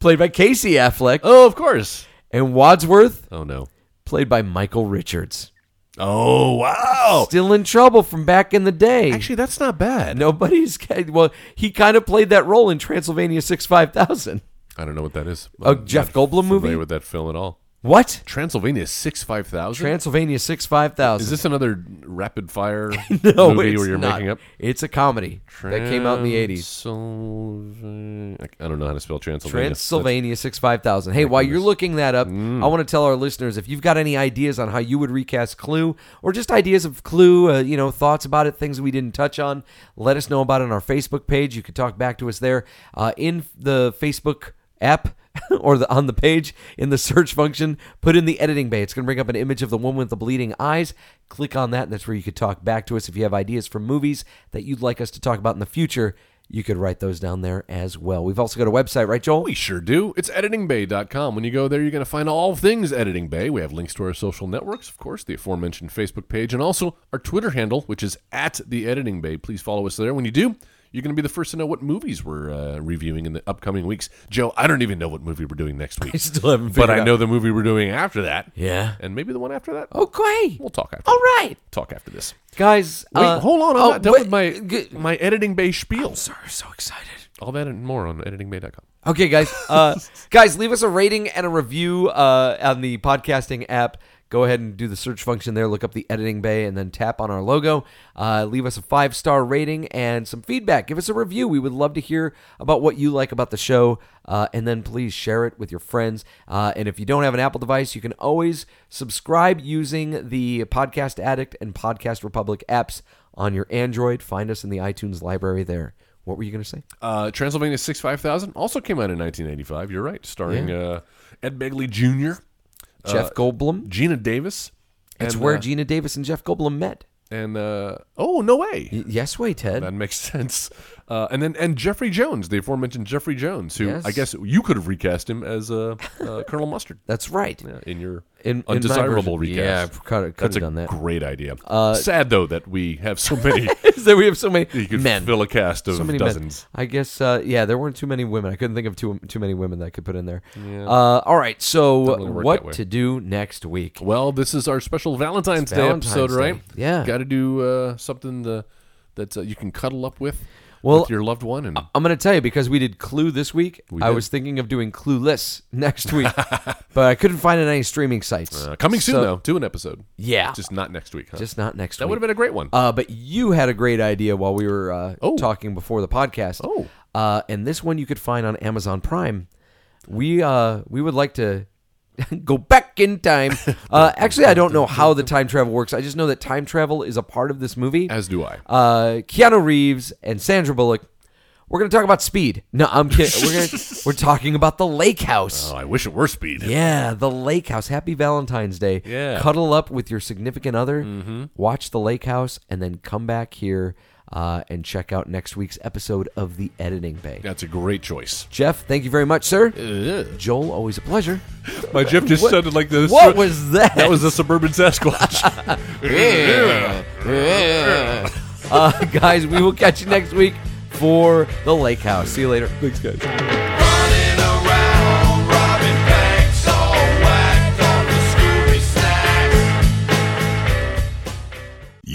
[SPEAKER 3] played by Casey Affleck.
[SPEAKER 4] Oh, of course.
[SPEAKER 3] And Wadsworth,
[SPEAKER 4] Oh no.
[SPEAKER 3] played by Michael Richards.
[SPEAKER 4] Oh wow.
[SPEAKER 3] Still in trouble from back in the day.
[SPEAKER 4] Actually, that's not bad.
[SPEAKER 3] Nobody's well. He kind of played that role in Transylvania Six Five Thousand.
[SPEAKER 4] I don't know what that is.
[SPEAKER 3] A
[SPEAKER 4] I'm
[SPEAKER 3] Jeff
[SPEAKER 4] not
[SPEAKER 3] Goldblum
[SPEAKER 4] familiar
[SPEAKER 3] movie?
[SPEAKER 4] with that film at all?
[SPEAKER 3] What?
[SPEAKER 4] Transylvania six five thousand.
[SPEAKER 3] Transylvania Six Five
[SPEAKER 4] is
[SPEAKER 3] Thousand.
[SPEAKER 4] this another rapid fire
[SPEAKER 3] no,
[SPEAKER 4] movie
[SPEAKER 3] it's
[SPEAKER 4] where you're
[SPEAKER 3] not.
[SPEAKER 4] making up?
[SPEAKER 3] It's a comedy that came out in the eighties.
[SPEAKER 4] Transylvania. I don't know how to spell Transylvania.
[SPEAKER 3] Transylvania Six Five Thousand. Hey, while you're looking that up, I want to tell our listeners if you've got any ideas on how you would recast Clue, or just ideas of Clue, uh, you know, thoughts about it, things we didn't touch on, let us know about it on our Facebook page. You can talk back to us there uh, in the Facebook app. or the, on the page in the search function, put in the editing bay. It's going to bring up an image of the woman with the bleeding eyes. Click on that, and that's where you could talk back to us if you have ideas for movies that you'd like us to talk about in the future. You could write those down there as well. We've also got a website, right, Joel?
[SPEAKER 4] We sure do. It's editingbay.com. When you go there, you're going to find all things Editing Bay. We have links to our social networks, of course, the aforementioned Facebook page, and also our Twitter handle, which is at the Editing Bay. Please follow us there. When you do, you're going to be the first to know what movies we're uh, reviewing in the upcoming weeks. Joe, I don't even know what movie we're doing next week,
[SPEAKER 3] I still haven't figured
[SPEAKER 4] but I
[SPEAKER 3] out.
[SPEAKER 4] know the movie we're doing after that.
[SPEAKER 3] Yeah.
[SPEAKER 4] And maybe the one after that.
[SPEAKER 3] Okay.
[SPEAKER 4] We'll talk after
[SPEAKER 3] All
[SPEAKER 4] this.
[SPEAKER 3] right.
[SPEAKER 4] Talk after this.
[SPEAKER 3] Guys,
[SPEAKER 4] Wait,
[SPEAKER 3] uh,
[SPEAKER 4] hold on. I'm
[SPEAKER 3] oh,
[SPEAKER 4] not done
[SPEAKER 3] wait,
[SPEAKER 4] with my,
[SPEAKER 3] g-
[SPEAKER 4] my Editing Bay spiel.
[SPEAKER 3] Sorry, I'm so excited.
[SPEAKER 4] All that and more on editingbay.com.
[SPEAKER 3] Okay, guys. Uh, guys, leave us a rating and a review uh, on the podcasting app. Go ahead and do the search function there. Look up the editing bay and then tap on our logo. Uh, leave us a five star rating and some feedback. Give us a review. We would love to hear about what you like about the show. Uh, and then please share it with your friends. Uh, and if you don't have an Apple device, you can always subscribe using the Podcast Addict and Podcast Republic apps on your Android. Find us in the iTunes library there. What were you going to say?
[SPEAKER 4] Uh, Transylvania Six Five Thousand also came out in 1985. You're right, starring uh, Ed Begley Jr.,
[SPEAKER 3] Jeff Goldblum?
[SPEAKER 4] Gina Davis.
[SPEAKER 3] It's
[SPEAKER 4] and,
[SPEAKER 3] where
[SPEAKER 4] uh,
[SPEAKER 3] Gina Davis and Jeff Goldblum met.
[SPEAKER 4] and uh, oh no way
[SPEAKER 3] Y- Yes, way, Ted.
[SPEAKER 4] that makes sense. Uh, and then and Jeffrey Jones, the aforementioned Jeffrey Jones, who
[SPEAKER 3] Yes.
[SPEAKER 4] I guess you could have recast him as uh, uh, Colonel Mustard
[SPEAKER 3] That's right.
[SPEAKER 4] yeah, in your
[SPEAKER 3] In- in my
[SPEAKER 4] undesirable
[SPEAKER 3] version.
[SPEAKER 4] recast.
[SPEAKER 3] Yeah, I coulda- coulda
[SPEAKER 4] That's a
[SPEAKER 3] done that. Uh,
[SPEAKER 4] Great idea. Sad though that we have so many.
[SPEAKER 3] so we have so many
[SPEAKER 4] you could
[SPEAKER 3] men.
[SPEAKER 4] fill a cast of
[SPEAKER 3] so many
[SPEAKER 4] dozens.
[SPEAKER 3] men. I guess. Uh, yeah, there weren't too many women. I couldn't think of too too many women that I could put in there. Uh, all right. So
[SPEAKER 4] really work that way.
[SPEAKER 3] what to do next week?
[SPEAKER 4] Well, this is our special
[SPEAKER 3] It's
[SPEAKER 4] Valentine's,
[SPEAKER 3] Valentine's
[SPEAKER 4] Day episode,
[SPEAKER 3] Day.
[SPEAKER 4] right?
[SPEAKER 3] Yeah.
[SPEAKER 4] Got to do uh, something to, that uh, you can cuddle up with,
[SPEAKER 3] Well,
[SPEAKER 4] with your loved one, and uh,
[SPEAKER 3] I'm going to tell you because we did Clue this week. I
[SPEAKER 4] did.
[SPEAKER 3] was thinking of doing Clueless next week, but I couldn't find it on any streaming sites.
[SPEAKER 4] uh, coming soon
[SPEAKER 3] So-
[SPEAKER 4] though, do an episode.
[SPEAKER 3] Yeah.
[SPEAKER 4] just not next week. Huh?
[SPEAKER 3] Just not next
[SPEAKER 4] that
[SPEAKER 3] week.
[SPEAKER 4] would have been a great one.
[SPEAKER 3] Uh, but you had a great idea while we were uh,
[SPEAKER 4] Oh.
[SPEAKER 3] talking before the podcast.
[SPEAKER 4] Oh.
[SPEAKER 3] Uh, and this one you could find on Amazon Prime. We uh, we would like to go back in time. Uh, actually, I don't know how the time travel works. I just know that time travel is a part of this movie.
[SPEAKER 4] As do I.
[SPEAKER 3] Uh, Keanu Reeves and Sandra Bullock. We're gonna talk about speed. No, I'm kidding. we're gonna, we're talking about the lake house.
[SPEAKER 4] oh, I wish it were speed.
[SPEAKER 3] Yeah, the lake house. Happy Valentine's Day.
[SPEAKER 4] Yeah. Mm-hmm.
[SPEAKER 3] Cuddle up with your significant other, watch the lake house, and then come back here uh, and check out next week's episode of The Editing Bay.
[SPEAKER 4] That's a great choice.
[SPEAKER 3] Jeff, thank you very much, sir. Joel, always a pleasure.
[SPEAKER 4] My Jeff just sounded like this.
[SPEAKER 3] What was that?
[SPEAKER 4] That was a suburban Sasquatch.
[SPEAKER 3] uh, guys, we will catch you next week for The Lake House. See you later. Thanks, guys.
[SPEAKER 6] Running around, robbing banks, all whacked on the Scooby Snacks.